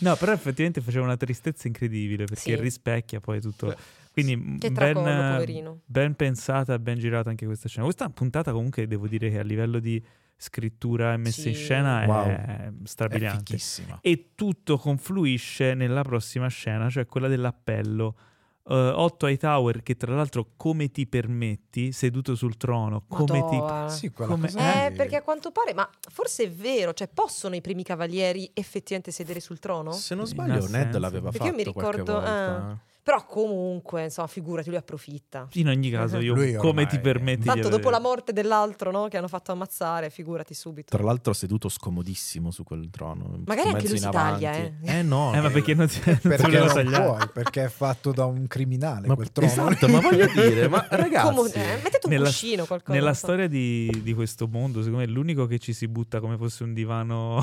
S1: No, però effettivamente faceva una tristezza incredibile perché
S3: Sì.
S1: rispecchia poi tutto. Quindi
S3: Che
S1: mh,
S3: tracollo,
S1: ben,
S3: poverino.
S1: ben pensata, ben girata anche questa scena. Questa puntata comunque devo dire che a livello di scrittura e messa in
S3: Sì.
S1: scena è
S4: Wow. È
S1: strabiliante.
S4: fichissima.
S1: E tutto confluisce nella prossima scena, cioè quella dell'appello. Eh, Otto Hightower che tra l'altro come ti permetti, seduto sul trono, come ti...
S3: Madonna.
S2: Sì, quella
S1: Come-
S2: cosa
S1: Eh,
S3: Eh,
S2: lì.
S3: perché a quanto pare, ma forse è vero, cioè possono i primi cavalieri effettivamente sedere sul trono?
S4: Se non
S1: In
S4: sbaglio, Ned
S1: assenza.
S4: l'aveva
S1: Perché
S4: fatto.
S3: io mi
S4: qualche
S3: ricordo-
S4: volta.
S3: ah. Però comunque, insomma, figurati, lui approfitta.
S1: In ogni caso, io
S2: Lui
S1: come
S2: ormai-
S1: ti permetti...
S3: Tanto
S1: glielo-
S3: dopo la morte dell'altro, no, che hanno fatto ammazzare, figurati subito.
S4: Tra l'altro, seduto scomodissimo su quel trono.
S3: Magari
S4: mezzo
S3: anche lui
S4: in
S3: si taglia,
S4: avanti. Eh no.
S1: Eh, ma perché non, non te
S2: Perché
S1: lo
S2: non
S1: tagliare?
S2: puoi, perché è fatto da un criminale
S4: Ma,
S2: quel trono.
S4: esatto, ma voglio dire, ma ragazzi,
S3: Come- eh, mettete un
S1: Nella-
S3: cuscino, qualcosa.
S1: Nella
S3: Ecco, non so.
S1: storia di, di questo mondo, secondo me l'unico che ci si butta come fosse un divano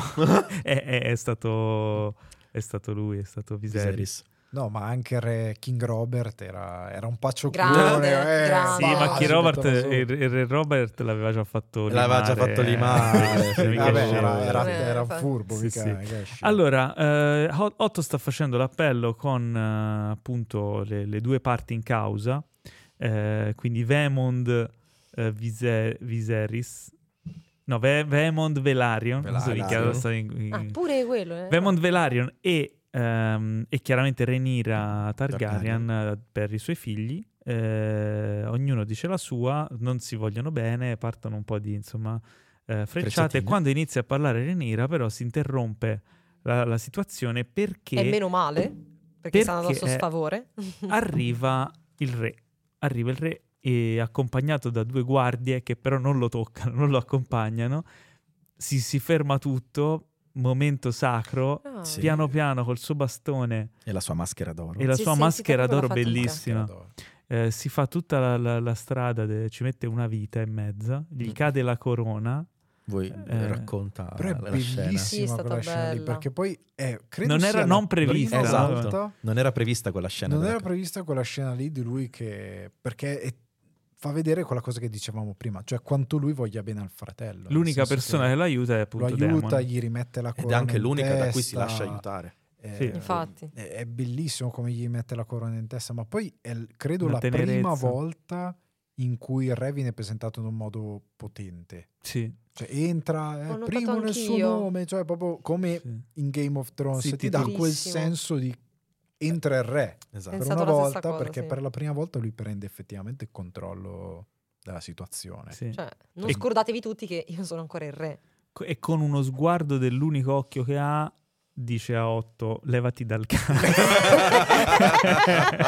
S1: è, è- è stato, è stato lui, è stato Viserys.
S4: Viserys.
S2: No, ma anche Re King Robert era, era un paccioclone.
S3: Grande,
S2: eh,
S1: Sì,
S3: grande. Ah,
S1: ma
S3: sì,
S1: chi
S2: si
S1: Robert,
S2: buttava su.
S1: il, il re Robert l'aveva già fatto limare.
S4: L'aveva già fatto limare, sì,
S1: Cioè, mica
S2: Vabbè,
S1: scemo.
S2: era, era-
S3: Eh,
S2: era un
S3: fa-
S2: furbo.
S1: Sì,
S2: mica-
S1: sì.
S2: mica scemo.
S1: Allora, eh, Hot- Otto sta facendo l'appello con eh, appunto le, le due parti in causa, eh, quindi Vemond eh, Vise- Viserys, no, Ve- Vemond Velaryon, non so di chi era
S2: Velaryon.
S1: stato in- in-
S3: Ah, pure quello, eh.
S1: Vemond Velaryon e, ehm, e chiaramente Renira Targaryen eh, per i suoi figli. Eh, ognuno dice la sua, non si vogliono bene, partono un po' di insomma eh, frecciate.
S4: Frecciatine.
S1: Quando inizia a parlare Renira, però, si interrompe la, la situazione perché
S3: E meno male, perché, stanno a
S1: Perché
S3: nostro
S1: è-
S3: sfavore.
S1: arriva il re. Arriva il re e accompagnato da due guardie che però non lo toccano, non lo accompagnano. Si, si ferma tutto, momento sacro,
S3: Ah.
S4: Sì.
S1: piano piano col suo bastone
S4: E la sua maschera d'oro.
S1: e la
S3: Si
S1: sua
S3: sente
S1: maschera
S3: proprio
S1: d'oro
S3: la fatica.
S1: bellissima. Eh, si fa tutta la, la- la strada, de- ci mette una vita e mezza, gli
S4: Mm.
S1: cade la corona.
S4: Voi
S1: Eh,
S4: racconta
S2: Però è
S4: la scena.
S3: Sì, è
S2: bellissima
S3: stata
S2: quella scena lì,
S3: bella.
S2: perché poi eh, credo
S1: Non
S2: sia
S1: era
S2: la
S1: non prevista,
S2: prima
S4: esatto.
S2: volta-
S4: Non era prevista quella scena.
S2: Non
S4: della-
S2: era prevista quella scena lì di lui che... perché è- fa vedere quella cosa che dicevamo prima, cioè quanto lui voglia bene al fratello. nel
S1: L'unica
S2: senso
S1: persona
S2: che
S1: che lo aiuta è
S2: lo
S1: appunto
S2: aiuta,
S1: Daemon.
S2: gli rimette la
S4: Ed
S2: corona
S4: è anche
S2: in
S4: l'unica da cui si
S2: testa,
S4: lascia aiutare.
S2: eh,
S1: Sì.
S3: Infatti.
S2: È, è bellissimo come gli mette la corona in testa, ma poi è l- credo
S1: Una
S2: la prima
S1: tenerezza.
S2: volta in cui il re viene presentato in un modo potente.
S1: Sì,
S2: Cioè entra,
S3: Ho
S2: eh,
S3: notato
S2: primo nel suo
S3: anch'io.
S2: nome, cioè proprio come
S1: sì.
S2: in Game of Thrones
S1: Sì,
S2: ti,
S1: ti-
S2: dà
S3: ti-
S2: quel
S3: Bellissimo.
S2: senso di entra il re
S4: Esatto.
S2: per una
S3: Pensato la stessa
S2: volta
S3: cosa,
S2: perché
S3: sì.
S2: per la prima volta lui prende effettivamente il controllo della
S4: Eh.
S2: situazione
S1: sì.
S3: Cioè, non
S1: E-
S3: scordatevi tutti che io sono ancora il re.
S1: Co- E con uno sguardo dell'unico occhio che ha, dice a Otto: Levati dal cane.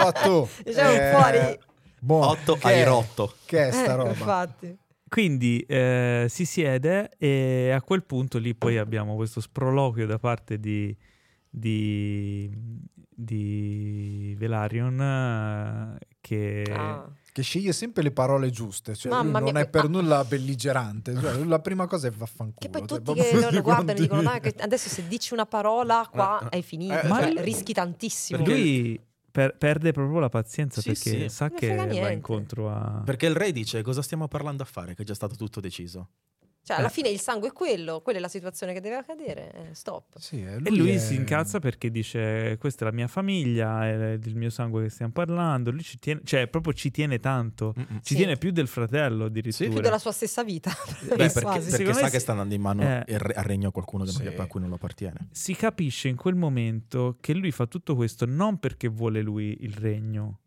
S2: Otto
S3: Diciamo fuori.
S2: boh,
S4: 8
S2: Eh, che
S4: ai
S2: è-
S4: rotto.
S2: che è sta
S3: Ecco,
S2: roba
S3: infatti.
S1: Quindi eh, si siede e a quel punto lì poi abbiamo questo sproloquio da parte di, di, di Velaryon eh, che...
S3: Ah.
S2: che sceglie sempre le parole giuste cioè lui
S3: Mamma
S2: non
S3: mia,
S2: è per
S3: ah.
S2: nulla belligerante cioè, lui la prima cosa è vaffanculo
S3: Che poi
S2: cioè,
S3: tutti
S2: proprio
S3: che lo, lo guardano e
S2: continui.
S3: dicono: "No, che adesso se dici una parola qua
S4: Eh,
S3: è finito.
S4: eh,
S1: ma
S3: cioè,
S1: lui-
S3: rischi tantissimo.
S4: Perché-
S1: Lui per- perde proprio la pazienza
S4: Sì,
S1: perché
S4: sì.
S1: sa
S3: Non
S1: che
S3: frega
S1: va
S3: niente.
S1: incontro a...
S4: Perché il re dice cosa stiamo parlando a fare, che è già stato tutto deciso.
S3: Cioè, alla fine il sangue è quello, quella è la situazione che deve accadere. eh, stop.
S2: Sì, eh,
S1: E lui
S2: è-
S1: si incazza perché dice questa è la mia famiglia, è il mio sangue che stiamo parlando, lui ci tiene, cioè proprio ci tiene tanto,
S4: Mm-mm.
S1: ci
S3: Sì.
S1: tiene più del fratello addirittura.
S3: Più della sua stessa vita.
S4: Beh, perché,
S3: quasi.
S4: perché
S1: Secondo me
S4: sa
S1: sì.
S4: che sta andando in mano
S1: Eh.
S4: il re- al regno a qualcuno che-
S2: Sì.
S4: a cui non lo appartiene.
S1: si capisce in quel momento che lui fa tutto questo non perché vuole lui il regno,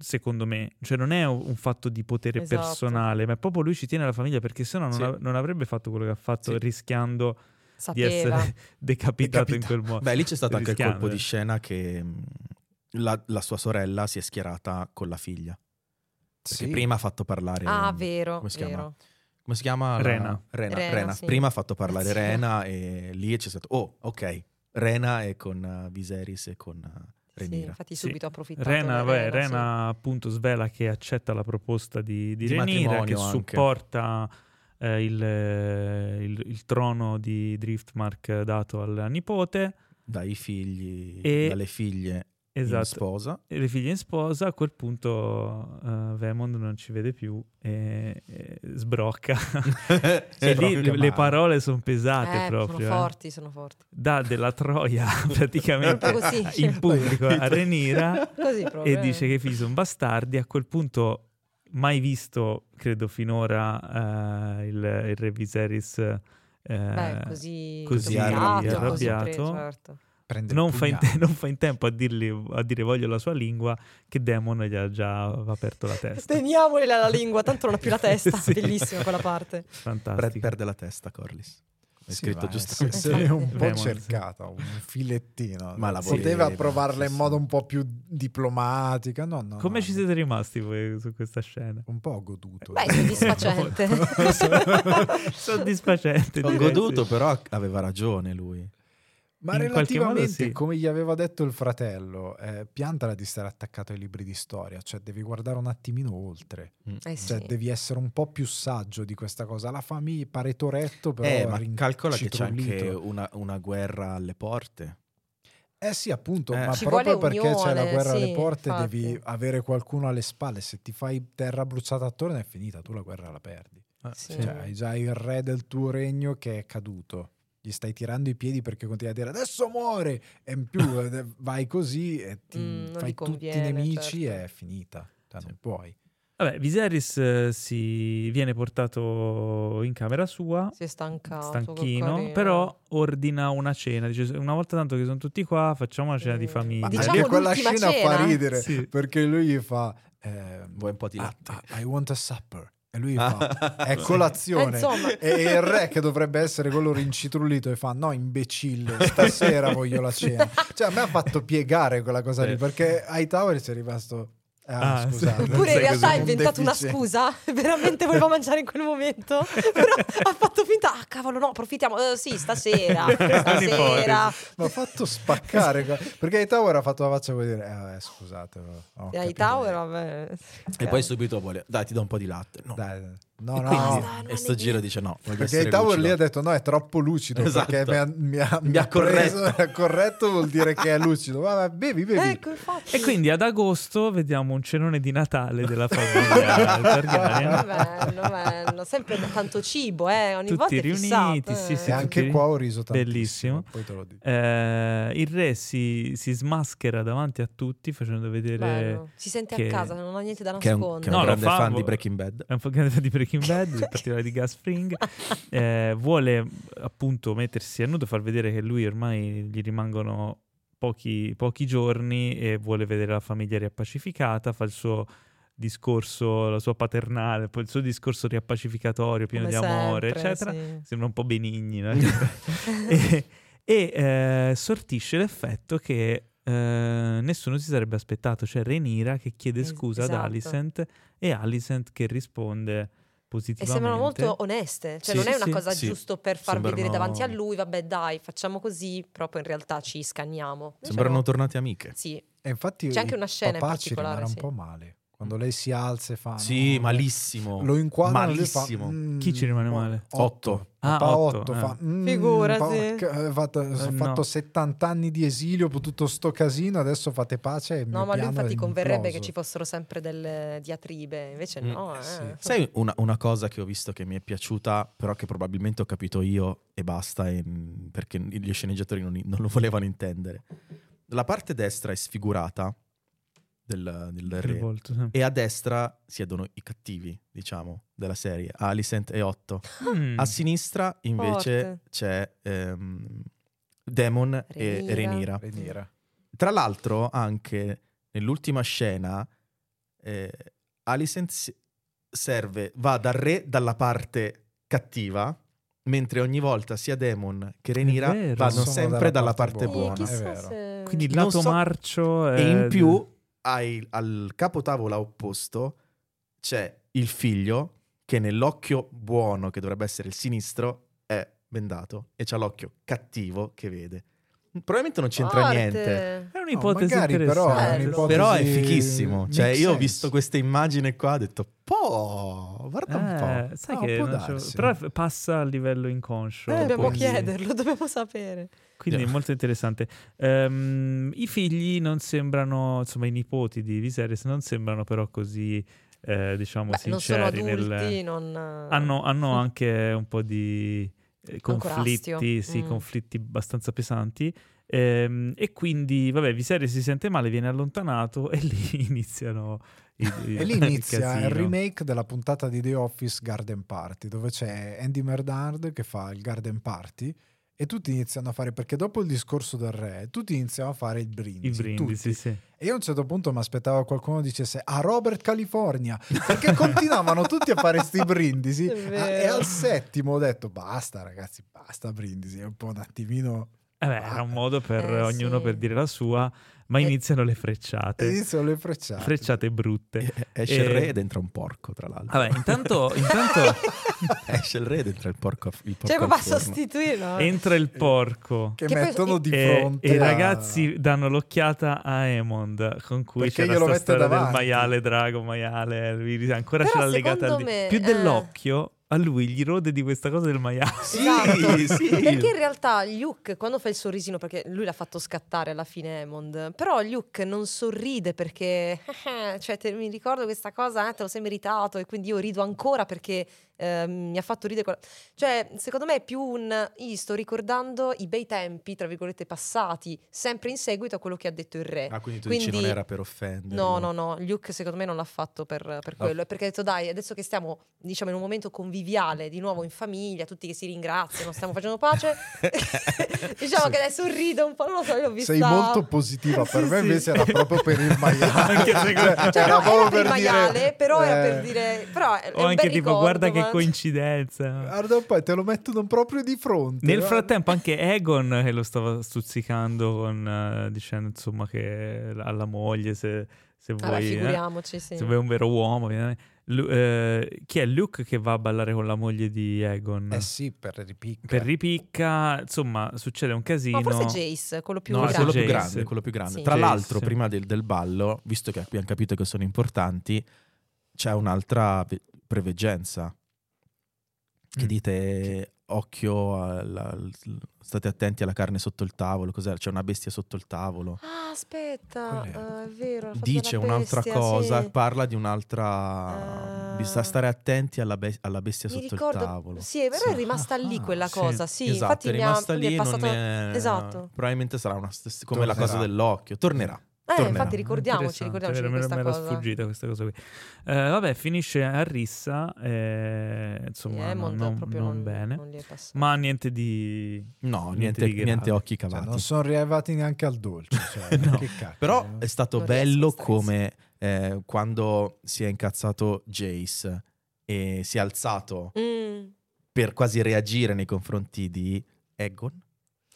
S1: secondo me, cioè non è un fatto di potere
S3: Esatto.
S1: personale, ma proprio lui ci tiene alla famiglia perché sennò non,
S4: Sì.
S1: av- non avrebbe fatto quello che ha fatto
S4: Sì.
S1: rischiando
S3: Sapeva.
S1: di essere decapitato in
S2: Decapitato.
S1: quel modo.
S4: Beh, lì c'è stato anche il
S1: Rischiando,
S4: colpo di mm,
S1: eh.
S4: scena che mh, la, la sua sorella si è schierata con la figlia. Perché
S2: Sì.
S4: prima ha fatto parlare...
S3: Ah,
S4: mm,
S3: vero,
S4: Come si
S3: vero.
S4: chiama? Come si chiama? la-
S1: Rena.
S4: Rena,
S3: Rena,
S4: Rena.
S3: sì.
S4: Prima ha fatto parlare
S3: Sì.
S4: Rena e lì c'è stato... Oh, ok. Rena è con eh, Viserys e con eh,
S3: Sì,
S4: Rhaenyra.
S3: infatti
S1: Sì.
S3: subito ho approfittato.
S1: Rena,
S3: di
S1: beh,
S3: Rena, sì.
S1: Rena, appunto svela che accetta la proposta di, di,
S4: Di
S1: Rhaenyra, che
S4: matrimonio anche.
S1: supporta eh, il, eh, il- il trono di Driftmark dato al nipote,
S4: Dai figli,
S1: E-
S4: dalle figlie in
S1: esatto,
S4: sposa.
S1: e le figlie in sposa, a quel punto eh, Vaemond non ci vede più e, e sbrocca. E lì le,
S4: Proprio
S1: le
S4: male.
S1: parole sono pesate
S3: Eh,
S1: proprio.
S3: sono
S1: eh.
S3: forti, sono forti.
S1: Dà della troia praticamente
S3: Proprio così.
S1: in pubblico a Renira.
S3: Così proprio. eh.
S1: e dice che i figli sono bastardi. A quel punto, mai visto, credo finora, eh, il, il re Viserys eh,
S3: Beh, così,
S1: così
S3: arrabbiato,
S4: arrabbiato.
S3: così pre-
S1: arrabbiato.
S3: certo.
S2: Prende il
S1: non, fa in
S2: pugnale.
S1: te- non fa in tempo a, dirgli, a dire voglio la sua lingua, che Demon gli ha già aperto la testa.
S3: Teniamole la, la lingua, tanto non ha più la testa.
S1: Sì.
S3: Bellissima quella parte.
S4: Per-
S1: Fantastico.
S4: perde la testa, Corlys. È
S2: Sì,
S4: scritto
S2: ma
S4: giustamente.
S2: se- se è un po'
S1: Demon, sì.
S2: cercata, un filettino.
S4: Ma la
S2: poteva
S4: voleva,
S2: provarla in
S4: sì,
S2: modo
S4: sì.
S2: un po' più diplomatica. No, no.
S1: Come
S2: no,
S1: ci siete rimasti voi su questa scena?
S2: Un po' goduto.
S3: Beh, soddisfacente.
S1: Soddisfacente.
S4: Ho
S1: direi,
S4: goduto,
S1: sì.
S4: però aveva ragione lui.
S2: Ma
S1: In qualche modo
S2: relativamente,
S1: sì.
S2: come gli aveva detto il fratello, eh, piantala di stare attaccato ai libri di storia, cioè devi guardare un attimino oltre,
S3: Eh sì.
S2: cioè devi essere un po' più saggio di questa cosa. La famiglia pare Toretto, però
S4: Eh, ma
S2: rin-
S4: calcola che c'è anche
S2: citrullito.
S4: una, una guerra alle porte.
S2: Eh sì, appunto,
S4: Eh.
S2: ma
S4: Ci
S2: proprio
S3: vuole
S2: perché c'è la
S3: unione,
S2: guerra alle
S3: sì,
S2: porte
S3: infatti.
S2: devi avere qualcuno alle spalle, se ti fai terra bruciata attorno è finita, tu la guerra la perdi.
S3: Sì.
S2: Cioè, hai già il re del tuo regno che è caduto. Gli stai tirando i piedi perché continui a dire adesso muore e in più eh, vai così e ti
S3: Mm, non
S2: fai tutti
S3: gli conviene,
S2: i nemici
S3: certo.
S2: e è finita. Cioè,
S4: Sì.
S2: Non puoi.
S1: Vabbè, Viserys eh, si viene portato in camera sua.
S3: Si è stancato.
S1: stanchino,
S3: coccarino.
S1: però ordina una cena. Dice, una volta tanto che sono tutti qua, facciamo una cena di
S3: Eh,
S1: famiglia.
S2: Ma
S3: Diciamo
S2: anche quella
S3: l'ultima
S2: scena fa
S3: cena.
S2: ridere
S1: Sì.
S2: perché lui gli fa eh,
S4: Vuoi un po' di
S2: "Ah,
S4: latte?
S2: ah, I want a supper. E lui gli fa
S4: Ah.
S2: è
S3: Eh,
S2: colazione.
S3: insomma,
S2: E il re che dovrebbe essere quello rincitrullito e fa no imbecille stasera voglio la cena cioè a me ha fatto piegare quella cosa lì
S4: Sì.
S2: perché Hightower c'è rimasto ah,
S1: Ah,
S2: scusate
S1: sì.
S3: Pure in
S1: Sai
S3: realtà
S1: cos'è?
S3: ha inventato una
S2: Deficiente.
S3: scusa, veramente voleva mangiare in quel momento, però ha fatto finta, ah cavolo no, approfittiamo, Eh, sì, stasera, stasera.
S1: Un'ipotesi.
S2: mi ha fatto spaccare qua, perché Hightower ha fatto la faccia come dire eh, vabbè, scusate ho capito.
S3: Dai Tower, vabbè.
S4: E
S3: certo.
S4: poi subito vuole, dai, ti do un po' di latte. No.
S2: Dai, no
S4: E
S2: no
S4: quindi-
S3: Dai, non
S4: e sto
S3: è
S4: giro
S3: vero.
S4: dice no. voglio
S2: perché
S4: essere
S2: Hightower lì
S4: lucido.
S2: ha detto no è troppo lucido
S4: Esatto.
S2: perché mi ha, mi ha- mi
S4: ha
S2: ha preso,
S4: corretto.
S2: mi ha corretto vuol dire che è lucido vabbè bevi bevi
S3: Ecco, infatti.
S1: E quindi ad agosto vediamo un cenone di Natale della famiglia Targaryen.
S3: Ah, bello, bello, sempre da tanto cibo, eh, ogni
S1: eh? Tutti
S3: volta è fissato,
S1: riuniti, sì,
S3: eh.
S1: sì,
S2: e anche qua ho riso tantissimo
S1: Bellissimo.
S2: poi te lo dico
S1: Eh, il re si, si smaschera davanti a tutti facendo vedere...
S3: Bello. Si sente
S1: che-
S3: a casa, non ha niente da
S4: Che è un,
S3: nascondere.
S4: che è un
S1: No, lo
S4: grande
S1: fa-
S4: fan di Breaking Bad.
S1: È un po' grande fan di Breaking Bad, in particolare di Gas Fring.
S3: Ah,
S1: Eh, vuole appunto mettersi a nudo, far vedere che lui ormai gli rimangono pochi, pochi giorni e vuole vedere la famiglia riappacificata, fa il suo discorso, la sua paternale, poi il suo discorso riappacificatorio pieno
S3: come
S1: di amore,
S3: sempre,
S1: eccetera.
S3: sì.
S1: Sembra un po' benigni, no? e e, eh, sortisce l'effetto che eh, nessuno si sarebbe aspettato, cioè Renira che chiede
S3: Es-
S1: scusa ad
S3: esatto.
S1: Alicent e Alicent che risponde
S3: E
S1: positivamente.
S3: sembrano molto oneste,
S1: Sì,
S3: cioè non è una
S1: sì,
S3: cosa
S4: sì.
S3: giusto per far
S4: Sembrano-
S3: vedere davanti a lui, vabbè dai, facciamo così, però poi in realtà ci scanniamo. Invece
S4: Sembrano
S3: no.
S4: tornate amiche.
S3: Sì,
S2: E infatti
S3: C'è anche una scena in
S2: papà ci
S3: particolare,
S2: rimane
S3: sì.
S2: un po' male. Quando lei si alza e fa... Ah,
S4: Sì,
S2: no,
S4: malissimo.
S2: Lo inquadra
S4: Malissimo.
S1: Chi ci rimane male?
S4: Otto.
S1: Ah,
S2: "Mm, Papà
S1: otto,
S2: 8
S1: eh.
S2: fa... "Mm,
S3: Figurati."
S2: porca, ho fatto, ho
S1: Eh, no.
S2: fatto 70 anni di esilio, ho tutto sto casino, adesso fate pace. e il
S3: no,
S2: mio
S3: ma lui
S2: piano
S3: infatti
S2: è
S3: converrebbe che
S2: imploso."
S3: ci fossero sempre delle diatribe, invece
S4: Mm,
S3: no.
S2: eh
S3: eh.
S2: sì.
S4: Sai una, una cosa che ho visto che mi è piaciuta, però che probabilmente ho capito io e basta, e, mm, perché gli sceneggiatori non, non lo volevano intendere. La parte destra è sfigurata del, del
S1: Per il
S4: re,
S1: volto, sì.
S4: e a destra siedono i cattivi, diciamo, della serie, Alicent e Otto.
S1: Mm.
S4: A sinistra invece
S3: Forte.
S4: c'è ehm, Demon e
S3: Rhaenyra.
S4: Renira.
S2: Rhaenyra.
S4: Tra l'altro, anche nell'ultima scena, eh, Alicent si- serve, va dal re dalla parte cattiva, mentre ogni volta sia Demon che Renira
S1: vero.
S4: vanno
S2: Sono
S4: sempre dalla parte,
S3: Eh,
S4: buona. Eh,
S2: è
S3: chissà
S2: vero.
S3: se-
S1: Quindi il
S4: non
S1: lato
S4: so-
S1: marcio...
S4: E
S1: è-
S4: in più hai al capotavola opposto c'è il figlio che nell'occhio buono, che dovrebbe essere il sinistro, è bendato e c'ha l'occhio cattivo che vede. Probabilmente non c'entra
S3: Forte.
S4: niente.
S3: Eh,
S1: È un'ipotesi
S2: No, magari, però,
S1: interessante.
S2: è
S3: Bello.
S2: un'ipotesi-
S4: Però è fichissimo.
S2: Makes
S4: Cioè, io ho
S2: sense.
S4: visto questa immagine qua, ho detto, po', guarda un
S1: Eh,
S4: po'.
S1: sai
S2: No,
S1: che
S2: può
S1: non c'ho-
S2: darsi.
S1: però f- passa a livello inconscio.
S4: Eh,
S3: Dobbiamo
S1: quindi-
S3: chiederlo, dobbiamo sapere.
S1: Quindi è molto interessante. Ehm, I figli non sembrano, insomma, i nipoti di Viserys non sembrano però così, eh, diciamo,
S3: Beh, non sono
S1: sinceri.
S3: adulti, eh.
S1: nel- Ah,
S3: non...
S1: Hanno, hanno anche un po' di eh, conflitti,
S3: Ancorastio.
S1: sì,
S3: Mm.
S1: conflitti abbastanza pesanti. Ehm, e quindi, vabbè, Viserys si sente male, viene allontanato e lì iniziano i, i-
S2: E lì
S1: il
S2: inizia il,
S1: casino.
S2: remake della puntata di The Office Garden Party, dove c'è Andy Merdard che fa il Garden Party e tutti iniziano a fare, perché dopo il discorso del re, tutti iniziano a fare il brindisi.
S1: I brindisi,
S2: tutti.
S1: sì.
S2: E io a un certo punto mi aspettavo qualcuno dicesse a Robert California, perché continuavano tutti a fare sti brindisi.
S3: È
S2: Ah, e
S3: vero.
S2: al settimo ho detto basta ragazzi, basta brindisi, è un po' un attimino...
S1: Eh beh,
S2: Ah,
S1: era un modo per
S3: Eh,
S1: ognuno
S3: sì.
S1: per dire la sua, ma
S3: Eh.
S1: iniziano le frecciate.
S2: Iniziano le frecciate.
S1: Frecciate brutte.
S4: Esce il
S1: Eh.
S4: re ed entra un porco, tra l'altro.
S1: Vabbè, intanto, intanto
S4: Esce il re ed entra il porco. Il
S3: Ah.
S4: porco
S3: Cioè,
S4: al
S3: proprio a
S4: forno.
S3: sostituirlo.
S1: entra il porco.
S2: Che,
S3: Che poi-
S2: mettono di
S1: E,
S2: fronte...
S1: Eh, e i
S2: a-
S1: ragazzi danno l'occhiata a Emond con cui
S2: Perché
S1: c'era
S2: glielo
S1: sta
S2: mette
S1: storia del
S2: davanti.
S1: maiale drago, maiale, lui ancora
S3: Però
S1: ce l'ha legata
S3: secondo
S1: lì.
S3: me,
S1: Più
S3: eh.
S1: dell'occhio, a lui gli rode di questa cosa del maiale.
S4: Sì,
S3: Esatto.
S4: sì.
S3: Perché in realtà Luke, quando fa il sorrisino, perché lui l'ha fatto scattare alla fine Hammond, però Luke non sorride perché, cioè, te- mi ricordo questa cosa, eh, te lo sei meritato e quindi io rido ancora perché eh, mi ha fatto ridere. quella- Cioè, secondo me è più un, io sto ricordando i bei tempi, tra virgolette, passati, sempre in seguito a quello che ha detto il re.
S4: Ah, quindi tu dici
S3: Quindi-
S4: non era per offendere.
S3: No, no, no, Luke secondo me non l'ha fatto per, per
S4: Ah.
S3: quello, è perché ha detto dai, adesso che stiamo diciamo in un momento conviviale, di nuovo in famiglia, tutti che si ringraziano, stiamo facendo pace, diciamo
S2: Sì.
S3: che adesso rido un po', non lo so, io l'ho vista.
S2: Sei molto positiva, per
S1: Sì,
S2: me
S1: sì.
S2: invece era proprio per il maiale.
S1: Anche secondo-
S3: Cioè, no, era
S2: proprio
S3: per il
S2: dire,
S3: maiale, però era
S2: eh,
S3: per dire, però è, è
S1: O
S3: un
S1: anche
S3: bel
S1: tipo,
S3: ricordo,
S1: guarda che
S3: ma-
S1: coincidenza.
S2: Guarda poi te lo mettono proprio di fronte.
S1: Nel
S2: guarda.
S1: frattempo anche Egon che lo stava stuzzicando con, eh, dicendo insomma che alla moglie se, se
S3: Ah, Vabbè,
S1: vuoi... eh,
S3: figuriamoci, sì.
S1: se vuoi un vero uomo... vieni- Lu- eh, chi è Luke che va a ballare con la moglie di Egon?
S2: Eh sì, per ripicca.
S1: Per ripicca, insomma, succede un casino.
S3: Ma forse Jace, quello più
S1: No,
S4: No, è
S3: grande.
S4: quello
S1: Jace.
S4: più grande, quello più grande.
S3: Sì.
S4: Tra
S1: Jace,
S4: l'altro,
S1: sì.
S4: prima del, del ballo, visto che qui hanno capito che sono importanti, c'è un'altra ve- preveggenza. Che
S1: Mm.
S4: dite occhio, alla- al- state attenti alla carne sotto il tavolo, cos'è? C'è una bestia sotto il tavolo.
S3: Ah, aspetta,
S4: Quello
S3: eh, è vero, ha fatto
S4: Dice
S3: della
S4: un'altra
S3: bestia,
S4: cosa,
S3: sì.
S4: parla di un'altra...
S3: Ah.
S4: Bisogna stare attenti alla, be- alla bestia
S3: Mi
S4: sotto
S3: ricordo,
S4: il tavolo.
S3: sì, è vero, è
S2: Sì.
S3: rimasta lì
S2: Ah,
S3: quella
S1: sì.
S3: cosa, sì,
S4: esatto,
S3: infatti
S4: è
S3: mi, ha,
S4: rimasta
S3: mi
S4: lì,
S3: è passato...
S4: non è-
S3: Esatto.
S4: Probabilmente sarà una stessa, come la
S2: Tornerà.
S4: cosa dell'occhio, tornerà.
S3: Eh,
S4: tornerà.
S3: infatti ricordiamoci,
S1: Interessante,
S3: ricordiamoci
S1: vero,
S3: di
S1: me-
S3: questa
S1: me era
S3: cosa.
S1: sfuggita questa cosa qui. Eh, vabbè, finisce a rissa, eh,
S3: Sì,
S1: insomma, non,
S3: Hammond
S1: non-
S3: proprio
S1: non
S3: non-
S1: bene,
S3: non gli è passato.
S1: ma niente di...
S4: No,
S1: Niente
S4: niente,
S1: di grave.
S4: niente occhi
S2: Cioè,
S4: cavati.
S2: non sono arrivati neanche al dolce. Cioè,
S1: No.
S2: che cacchio. eh.
S4: Però è stato
S3: Non riesco a
S4: bello
S3: stare
S4: come eh, quando si è incazzato Jace e si è alzato
S3: Mm.
S4: per quasi reagire nei confronti di Egon.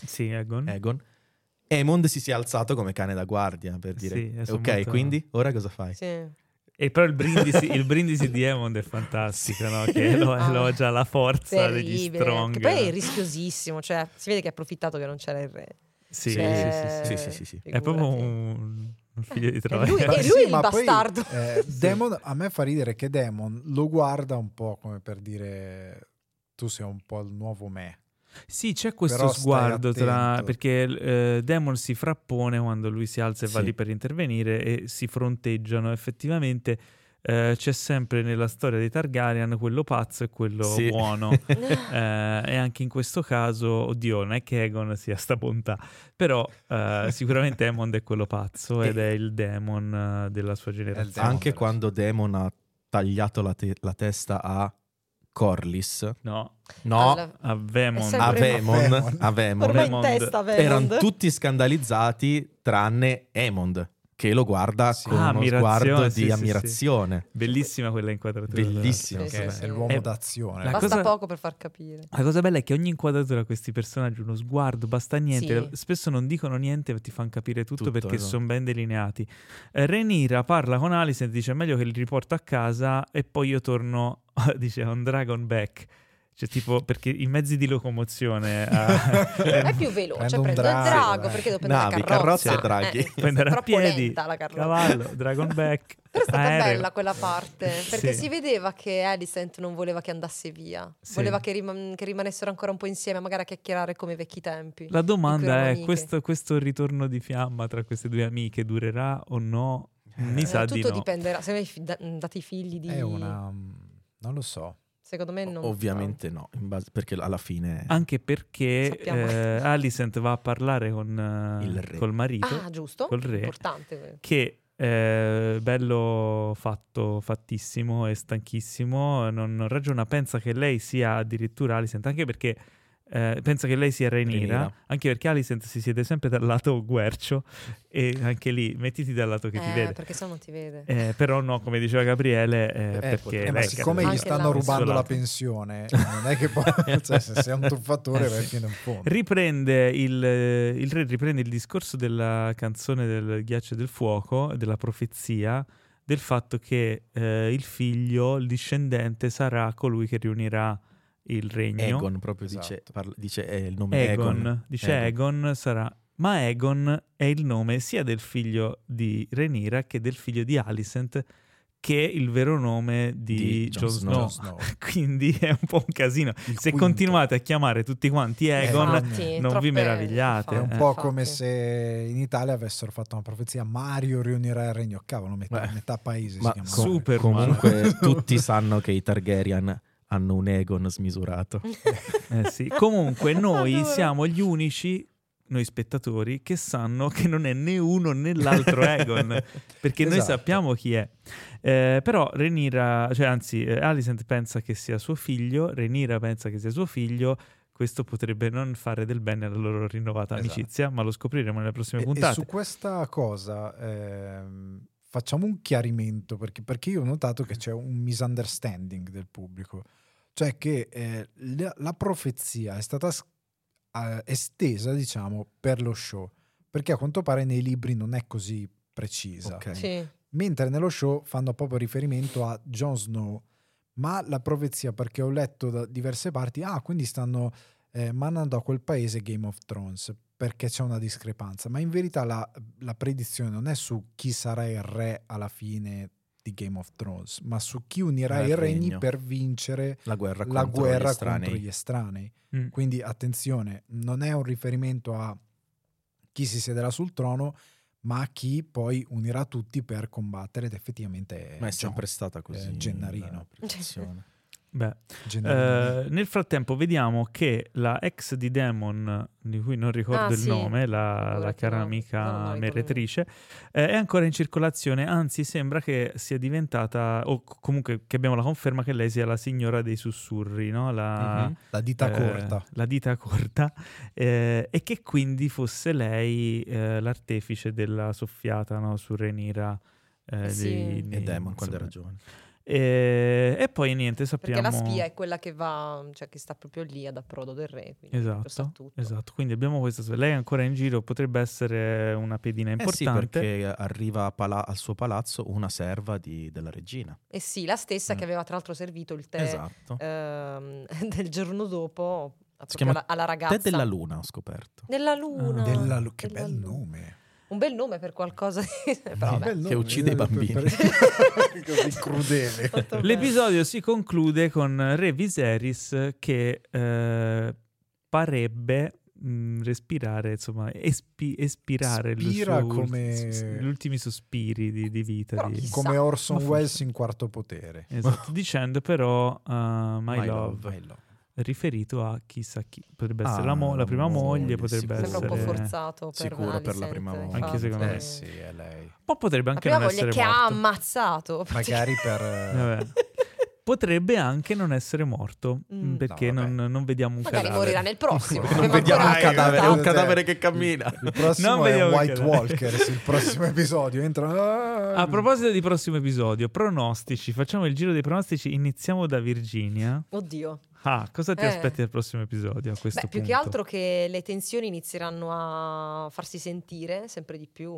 S1: Sì, Egon.
S4: Egon. Emond si sia alzato come cane da guardia per
S1: Sì,
S4: dire:
S1: eh, sono
S4: Ok,
S1: molto-
S4: quindi ora cosa fai?
S3: Sì.
S1: E però il brindisi, il brindisi di Emond è fantastico, no? Che elo-
S3: Ah,
S1: elogia la forza degli
S3: Terribile.
S1: strong.
S3: Che poi è rischiosissimo, cioè si vede che ha approfittato che non c'era il re.
S1: Sì,
S3: Cioè,
S1: sì, sì, sì.
S4: sì, sì, sì.
S1: È proprio
S3: figurati.
S1: un, un figlio di
S3: E
S1: Troia.
S3: lui,
S2: Ma
S3: e
S2: Eh, sì,
S3: lui Eh, è il
S2: ma poi,
S3: bastardo.
S2: eh, Damon- a me fa ridere che Demon lo guarda un po' come per dire tu sei un po' il nuovo me.
S1: Sì, c'è questo
S2: Però stai
S1: sguardo tra
S2: attento.
S1: perché eh, Demon si frappone quando lui si alza e va
S4: Sì.
S1: lì per intervenire e si fronteggiano. Effettivamente eh, c'è sempre nella storia dei Targaryen quello pazzo e quello
S4: Sì.
S1: buono. Eh, e anche in questo caso, oddio, non è che Egon sia sta bontà, però eh, sicuramente Emond è quello pazzo ed è il demon eh, della sua
S2: Sì,
S1: generazione.
S4: Anche
S2: però
S4: quando Demon ha tagliato la, te- la testa a Corlys,
S1: No,
S4: no,
S3: Alla-
S1: a
S3: È
S1: Vemon.
S3: sempre-
S4: a
S3: A
S4: Vemon,
S2: Vaemon.
S4: a Vemon.
S3: Ormai in
S1: Hammond.
S3: testa, Hammond.
S4: erano tutti scandalizzati tranne Emond che lo guarda
S2: Sì.
S4: con
S1: Ah,
S4: uno
S1: ammirazione, sì,
S4: sguardo di
S1: sì, sì.
S4: ammirazione.
S1: Bellissima quella inquadratura.
S4: Bellissimo.
S1: Ok.
S3: Sì, sì,
S2: è
S3: sì.
S2: l'uomo
S1: Eh,
S2: d'azione.
S1: la
S2: ecco.
S3: Basta
S1: cosa-
S3: poco per far capire.
S1: La cosa bella è che ogni inquadratura a questi personaggi, uno sguardo, basta niente.
S3: Sì.
S1: Spesso non dicono niente, ma ti fanno capire tutto,
S4: Tutto,
S1: perché
S4: esatto.
S1: sono ben delineati. Eh, Renira parla con Alice e dice: È meglio che li riporto a casa e poi io torno. Dice on Dragon Back. Cioè, tipo, perché i mezzi di locomozione a
S3: È più veloce,
S2: Prendo
S3: prendo,
S2: un
S3: il
S2: drago,
S3: drago
S2: eh.
S3: perché devo prendere
S4: Navi,
S3: la carrozza.
S4: carrozze e draghi.
S3: Eh,
S1: prendere a
S3: troppo
S1: piedi,
S3: lenta la carrozza.
S1: cavallo, Dragon Back.
S3: Però è stata
S1: aereo.
S3: bella quella parte, perché
S1: Sì.
S3: si vedeva che Alicent non voleva che andasse via,
S1: Sì.
S3: voleva che, riman- che rimanessero ancora un po' insieme, magari a chiacchierare come ai vecchi tempi.
S1: La domanda
S3: erano
S1: è:
S3: amiche.
S1: questo, questo ritorno di fiamma tra queste due amiche durerà o no? Mi
S4: Eh,
S1: sa
S3: Eh,
S1: di
S3: tutto
S1: no.
S3: dipenderà, se noi fi- da- date i figli di...
S2: È una... mm, non lo so.
S3: Secondo me Eh, non...
S4: Ovviamente no, in base- perché alla fine
S1: Anche perché
S3: Sappiamo.
S1: eh, Alicent va a parlare con, eh,
S4: Il re.
S1: col marito,
S3: Ah, giusto,
S1: col re,
S3: importante.
S1: che eh, bello fatto, fattissimo e stanchissimo, non, non ragiona, pensa che lei sia addirittura Alicent, anche perché eh, pensa che lei sia Renira,
S4: Rhaenyra.
S1: anche perché Alicent si siede sempre dal lato guercio e anche lì mettiti dal lato che ti
S3: Eh,
S1: vede.
S3: perché se no non ti vede.
S1: Eh, però no, come diceva Gabriele, eh, perché
S2: Eh,
S4: potrebbe-
S2: ma
S1: lei Esatto.
S4: Lecca,
S1: cade
S2: siccome gli
S3: Anche là.
S2: stanno rubando la
S1: Isolato.
S2: pensione, non è che poi cioè, se sei un
S1: Eh,
S2: truffatore vai fino in fondo.
S1: Riprende il, eh, il re riprende il discorso della canzone del ghiaccio e del fuoco, della profezia, del fatto che eh, il figlio, il discendente, sarà colui che riunirà il regno.
S4: Egon proprio dice,
S2: Esatto.
S4: parla- dice eh, il nome
S1: Egon.
S4: Egon.
S1: Dice Egon. sarà... Ma Egon è il nome sia del figlio di Renira che del figlio di Alicent, che è il vero nome di,
S4: Di Jon
S1: Jon
S4: Snow.
S1: Snow.
S2: Jon Snow.
S1: Quindi è un po' un casino.
S2: Il
S1: Se
S2: quinto.
S1: continuate a chiamare tutti quanti Egon,
S3: Infatti,
S1: non vi
S3: troppe-
S1: meravigliate,
S2: Esatto. È un
S1: eh.
S2: po'
S3: infatti.
S2: come se in Italia avessero fatto una profezia Mario riunirà il regno. Cavolo, metà,
S4: Beh.
S2: metà paese si
S4: Ma
S2: chiama
S1: com-
S2: Mario.
S1: super
S4: Comunque tutti sanno che i Targaryen hanno un Egon smisurato.
S1: Eh sì. Comunque noi
S3: Adoro.
S1: siamo gli unici, noi spettatori, che sanno che non è né uno né l'altro Egon, perché noi
S2: Esatto.
S1: sappiamo chi è. Eh, però Renira, cioè anzi eh, Alicent pensa che sia suo figlio, Renira pensa che sia suo figlio, questo potrebbe non fare del bene alla loro rinnovata
S2: Esatto.
S1: amicizia, ma lo scopriremo nelle
S4: cioè,
S1: prossime
S2: E- E,
S1: puntate.
S2: su questa cosa ehm, facciamo un chiarimento perché, perché io ho notato che c'è un misunderstanding del pubblico, cioè che eh, la, la profezia è stata s- eh, estesa, diciamo, per lo show, perché a quanto pare nei libri non è così precisa,
S4: Ok.
S3: Sì.
S2: mentre nello show fanno proprio riferimento a Jon Snow, ma la profezia, perché ho letto da diverse parti, ah, quindi stanno eh, mandando a quel paese Game of Thrones perché c'è una discrepanza, ma in verità la, la predizione non è su chi sarà il re alla fine di Game of Thrones, ma su chi unirà
S4: Al
S2: i regni
S4: regno.
S2: per vincere
S4: La guerra
S2: la
S4: contro
S2: guerra
S4: gli estranei.
S2: contro gli estranei.
S1: Mm.
S2: Quindi attenzione, non è un riferimento a chi si siederà sul trono, ma a chi poi unirà tutti per combattere ed effettivamente
S4: Ma
S2: Jon.
S4: è sempre stata così.
S2: eh, Gennarino.
S4: la percezione.
S1: Beh.
S2: Gennarino.
S1: Eh, nel frattempo vediamo che la ex di Demon, di cui non ricordo
S3: Ah,
S1: il
S3: sì.
S1: nome, la, la
S3: Ora che
S1: cara
S3: no, no, non
S1: amica
S3: ricordo.
S1: meretrice, eh, è ancora in circolazione, anzi sembra che sia diventata, o co- comunque che abbiamo la conferma che lei sia la signora dei sussurri, no? la,
S4: Mhm.
S2: la dita
S1: eh,
S2: corta.
S1: la dita corta, eh, e che quindi fosse lei eh, l'artefice della soffiata no? su Renira. eh,
S3: Sì.
S1: dei-
S4: E
S1: dei-
S4: Demon quando
S1: insomma. Eh,
S4: era giovane.
S1: E, e poi niente, sappiamo...
S3: Perché la spia è quella che va, cioè che sta proprio lì ad approdo del re, quindi lo sa
S1: Esatto,
S3: tutto.
S1: esatto, quindi abbiamo questa lei è ancora in giro, potrebbe essere una pedina
S4: Eh sì,
S1: importante.
S4: perché arriva a pala- al suo palazzo una serva di- della regina.
S3: E sì, la stessa
S1: Eh.
S4: Mm.
S3: che aveva tra l'altro servito il tè
S4: Esatto.
S3: ehm, del giorno dopo proprio
S4: chiama
S3: alla, alla ragazza.
S4: Te della luna ho scoperto.
S3: Nella luna.
S1: Ah.
S2: Della lu- che
S3: Della
S2: bel
S3: luna.
S2: nome.
S3: Un bel nome per qualcosa. di- Però
S4: Sì.
S3: vabbè.
S2: Bel
S4: che
S2: nome,
S4: uccide i
S2: eh, per-
S4: bambini.
S2: per- Così crudele.
S3: Molto bene.
S1: L'episodio si conclude con Re Viserys che eh, parebbe mh, respirare, insomma, espi- espirare il
S2: Spira
S1: suo-
S2: come-
S1: s- s- gli ultimi sospiri di, di vita.
S3: Però
S1: di-
S3: chissà.
S2: Come Orson
S1: Ma
S2: Welles in quarto potere.
S1: Esatto, dicendo però uh, My, love,
S4: My love.
S2: Bello.
S1: riferito a chissà chi. Potrebbe essere
S4: Ah,
S1: la, mo- la
S4: la
S1: prima moglie,
S4: moglie,
S1: potrebbe
S3: Sembra
S4: sicuro.
S3: un po'
S1: essere...
S3: forzato per
S4: Sicuro per la
S3: Alicent,
S4: prima volta.
S3: infatti.
S1: Anche secondo
S4: Esatto.
S1: me.
S2: Eh sì, è lei.
S1: Ma potrebbe
S3: La
S1: anche
S3: prima
S1: non
S3: voglia
S1: essere
S3: che ha
S1: morto.
S3: ammazzato.
S2: Magari per... eh,
S1: Vabbè. potrebbe anche non essere morto
S3: Mm.
S1: perché
S2: No, vabbè.
S1: non, non vediamo un
S3: Magari
S1: cadavere.
S3: morirà nel prossimo.
S4: Perché non
S3: Abbiamo
S4: vediamo un
S3: ancora una
S4: cadavere, è un
S3: puntata.
S4: cadavere che cammina.
S2: Il prossimo
S1: Non
S2: è
S1: vediamo
S2: White
S1: che-
S2: Walkers, il prossimo episodio ah, entra...
S1: A proposito di prossimo episodio, pronostici, facciamo il giro dei pronostici, iniziamo da Virginia.
S3: Oddio.
S1: Ah, cosa ti
S3: Eh.
S1: aspetti dal prossimo episodio a questo
S3: Beh, più
S1: punto?
S3: che altro che le tensioni inizieranno a farsi sentire sempre di più.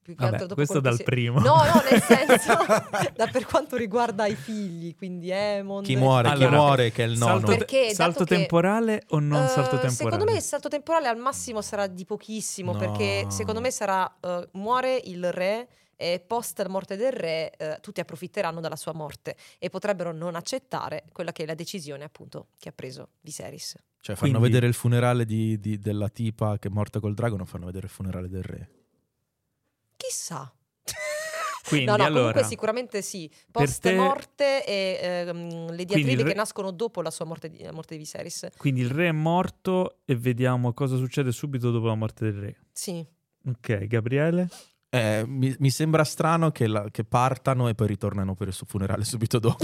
S3: Più che
S1: Vabbè,
S3: altro dopo
S1: questo
S3: quello
S1: dal
S3: che si-
S1: primo.
S3: No, no, nel senso, da per quanto riguarda i figli, quindi Emond.
S4: Chi muore,
S1: Allora,
S4: chi muore, che è il
S1: salto,
S4: nonno.
S1: te-
S3: Perché, dato
S1: salto
S3: che- eh,
S1: temporale o non salto temporale?
S3: Secondo me il salto temporale al massimo sarà di pochissimo,
S4: No.
S3: perché secondo me sarà eh, muore il re e post la morte del re eh, tutti approfitteranno della sua morte e potrebbero non accettare quella che è la decisione appunto che ha preso Viserys.
S4: Cioè, fanno
S1: Quindi-
S4: vedere il funerale di- di- della tipa che è morta col drago, non fanno vedere il funerale del re.
S3: Chissà.
S1: Quindi,
S3: no, no,
S1: allora,
S3: comunque sicuramente sì.
S1: per
S3: Post
S1: te-
S3: morte e ehm, le diatribe
S1: il re-
S3: che nascono dopo la sua morte di, la morte di Viserys.
S1: quindi il re è morto e vediamo cosa succede subito dopo la morte del re.
S3: Sì.
S1: Ok, Gabriele?
S4: Eh, mi, mi sembra strano che, la- che partano e poi ritornano per il suo funerale subito dopo.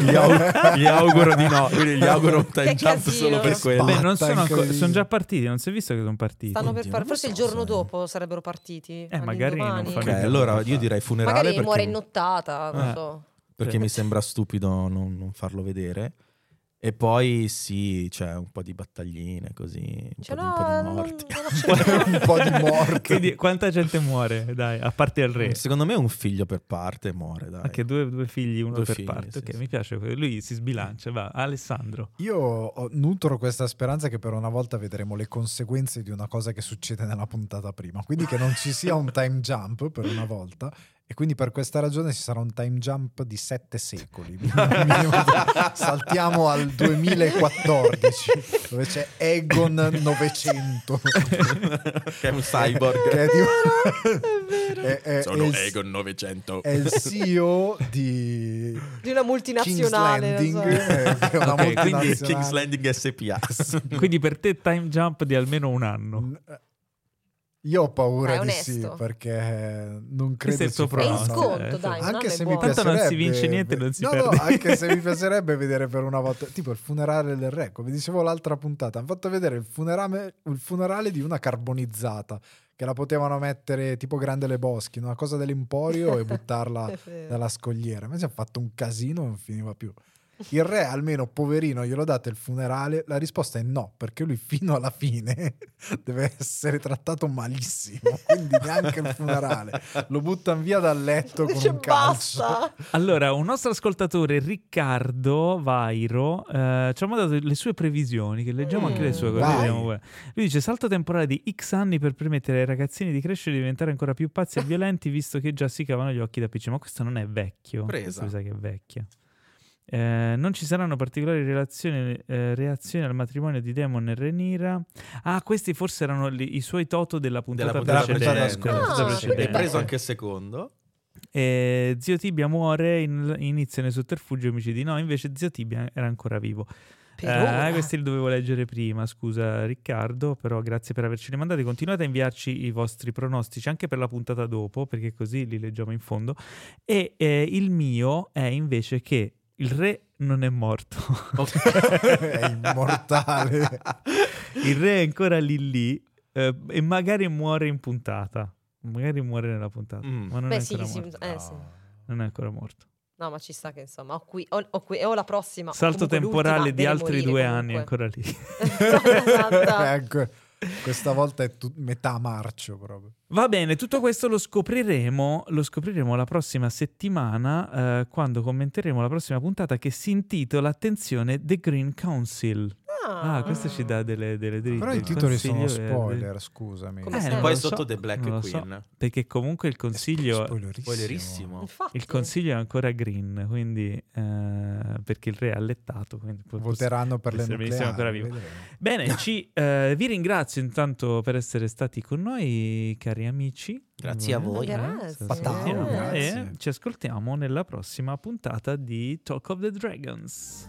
S4: gli, au- gli auguro di no, quindi gli auguro un time
S3: Che
S4: jump
S3: casino.
S4: solo per
S2: Che
S4: quello.
S1: Beh,
S2: Beh,
S1: non
S2: non
S1: sono
S2: sono anche
S1: ancora,
S2: lì.
S1: sono già partiti, non si è visto che sono partiti.
S3: Stanno per
S4: Oddio,
S3: par-
S4: non lo
S3: forse il
S4: so,
S3: giorno
S4: sai.
S3: dopo sarebbero partiti.
S1: Eh, magari non
S3: all'indomani.
S1: fanno
S4: Ok,
S1: Che
S4: allora
S2: cavolo
S4: io
S2: fa?
S4: direi funerale
S3: Magari
S4: perché,
S3: muore in nottata, non
S1: Eh.
S3: so.
S4: perché mi sembra stupido non, non farlo vedere. E poi sì, c'è un po' di battagline così, un,
S3: Cioè,
S4: po,
S3: no,
S4: di, un po' di
S3: non-
S4: morti.
S3: non accettiamo.
S2: un po' di morte.
S1: Quindi quanta gente muore, dai, a parte il re.
S4: Secondo me un figlio per parte muore, dai.
S1: Anche due, due figli, uno
S4: Due
S1: per
S4: figli,
S1: parte.
S4: sì,
S1: ok,
S4: sì.
S1: mi piace. quello. Lui si sbilancia, va. Alessandro.
S2: Io ho- nutro questa speranza che per una volta vedremo le conseguenze di una cosa che succede nella puntata prima, quindi che non ci sia un time jump per una volta e quindi per questa ragione ci sarà un time jump di sette secoli. Saltiamo al 2014 dove c'è Egon 900
S4: che è un cyborg.
S2: che è di-
S3: È vero.
S2: è- è- è il-
S4: 900.
S2: è il CEO di
S3: Di una multinazionale.
S2: King's
S3: non so.
S2: Landing, eh, che è una
S4: Ok, quindi
S2: multinazionale.
S4: King's Landing SPA.
S1: Quindi per te time jump di almeno un anno.
S2: Mm, eh, Io ho paura
S3: Dai,
S2: di
S3: onesto.
S2: sì perché non
S1: Questo è
S2: credo
S1: il
S2: ci
S1: tuo
S2: farà-
S3: È in
S1: pronostico.
S3: sconto,
S1: Eh,
S3: dai.
S2: anche se mi
S3: mi
S1: Tanto non
S2: piacerebbe
S1: si vince niente, non si
S2: no,
S1: perde.
S2: no, anche se mi piacerebbe vedere per una volta tipo il funerale del re come dicevo l'altra puntata hanno fatto vedere il funerame- il funerale di una carbonizzata che la potevano mettere tipo grande le boschi una cosa dell'emporio e buttarla dalla scogliera. Ma si è fatto un casino e non finiva più. Il re, almeno poverino, glielo date il funerale? La risposta è no, perché lui fino alla fine deve essere trattato malissimo. Quindi neanche il funerale. Lo buttano via dal letto con
S3: Dice
S2: un calcio.
S3: Cioè, basta.
S1: Eh, Allora, un nostro ascoltatore, Riccardo Vairo, eh, ci ha mandato le sue previsioni, che leggiamo
S3: Mm,
S1: anche le sue. così
S2: vai.
S1: vediamo come- Lui dice: Salto temporale di X anni per permettere ai ragazzini di crescere e diventare ancora più pazzi e violenti, visto che già si cavano gli occhi da PC. Ma questo non è vecchio.
S4: Presa.
S1: Questo mi sa che è vecchio. Eh, non ci saranno particolari relazioni, eh, reazioni al matrimonio di Demon e Renira. Ah, questi forse erano li- i suoi toto della puntata,
S4: Della puntata
S1: precedente.
S4: precedente.
S1: Della puntata
S3: Ah,
S1: precedente.
S4: È
S3: quindi
S4: preso anche il secondo.
S1: E zio Tibia muore, in- iniziano i sotterfugi e omicidi. No, invece zio Tibia era ancora vivo.
S3: Per
S1: Eh,
S3: ora.
S1: questi li dovevo leggere prima, scusa Riccardo, però grazie per averci rimandati. Continuate a inviarci i vostri pronostici anche per la puntata dopo, perché così li leggiamo in fondo. E eh, il mio è invece che il re non è morto.
S2: È
S1: Eh,
S2: immortale.
S1: il re è ancora lì lì eh, e magari muore in puntata. Magari muore nella puntata,
S4: Mm.
S1: ma non è
S3: Beh, sì,
S1: ancora
S3: sì,
S1: morto.
S3: eh, sì.
S1: Non è ancora morto.
S3: No, ma ci sta che insomma, ho qui, ho, ho qui- e ho la prossima. o
S1: Salto
S3: comunque
S1: temporale
S3: l'ultima,
S1: di
S3: deve
S1: altri
S3: morire
S1: due
S3: comunque.
S1: anni ancora lì.
S3: Esatto.
S2: Ecco, questa volta è tut- metà marcio proprio.
S1: Va bene, tutto questo lo scopriremo, lo scopriremo la prossima settimana eh, quando commenteremo la prossima puntata che si intitola Attenzione The Green Council. Ah, questo ci dà delle, delle dritte.
S2: Però i
S1: il
S2: titoli sono
S1: consiglio verde.
S2: spoiler, scusami.
S3: Come
S1: Eh,
S3: sempre.
S1: non
S4: Poi
S1: lo
S4: sotto
S1: so,
S4: The Black
S1: non lo so,
S4: Queen.
S1: perché comunque il consiglio
S2: Spoilerissimo.
S4: Spoilerissimo.
S3: Infatti.
S1: il consiglio è ancora green, quindi eh, perché il re ha allettato. quindi po-
S2: Voteranno per le
S1: Essere benissimo
S2: nucleari.
S1: ancora vivo.
S2: vedremo.
S1: Bene, ci, eh, vi ringrazio intanto per essere stati con noi, cari amici. eh,
S4: Grazie a voi.
S3: Grazie.
S1: Sentiamo, E
S2: Grazie.
S1: ci ascoltiamo nella prossima puntata di Talk of the Dragons.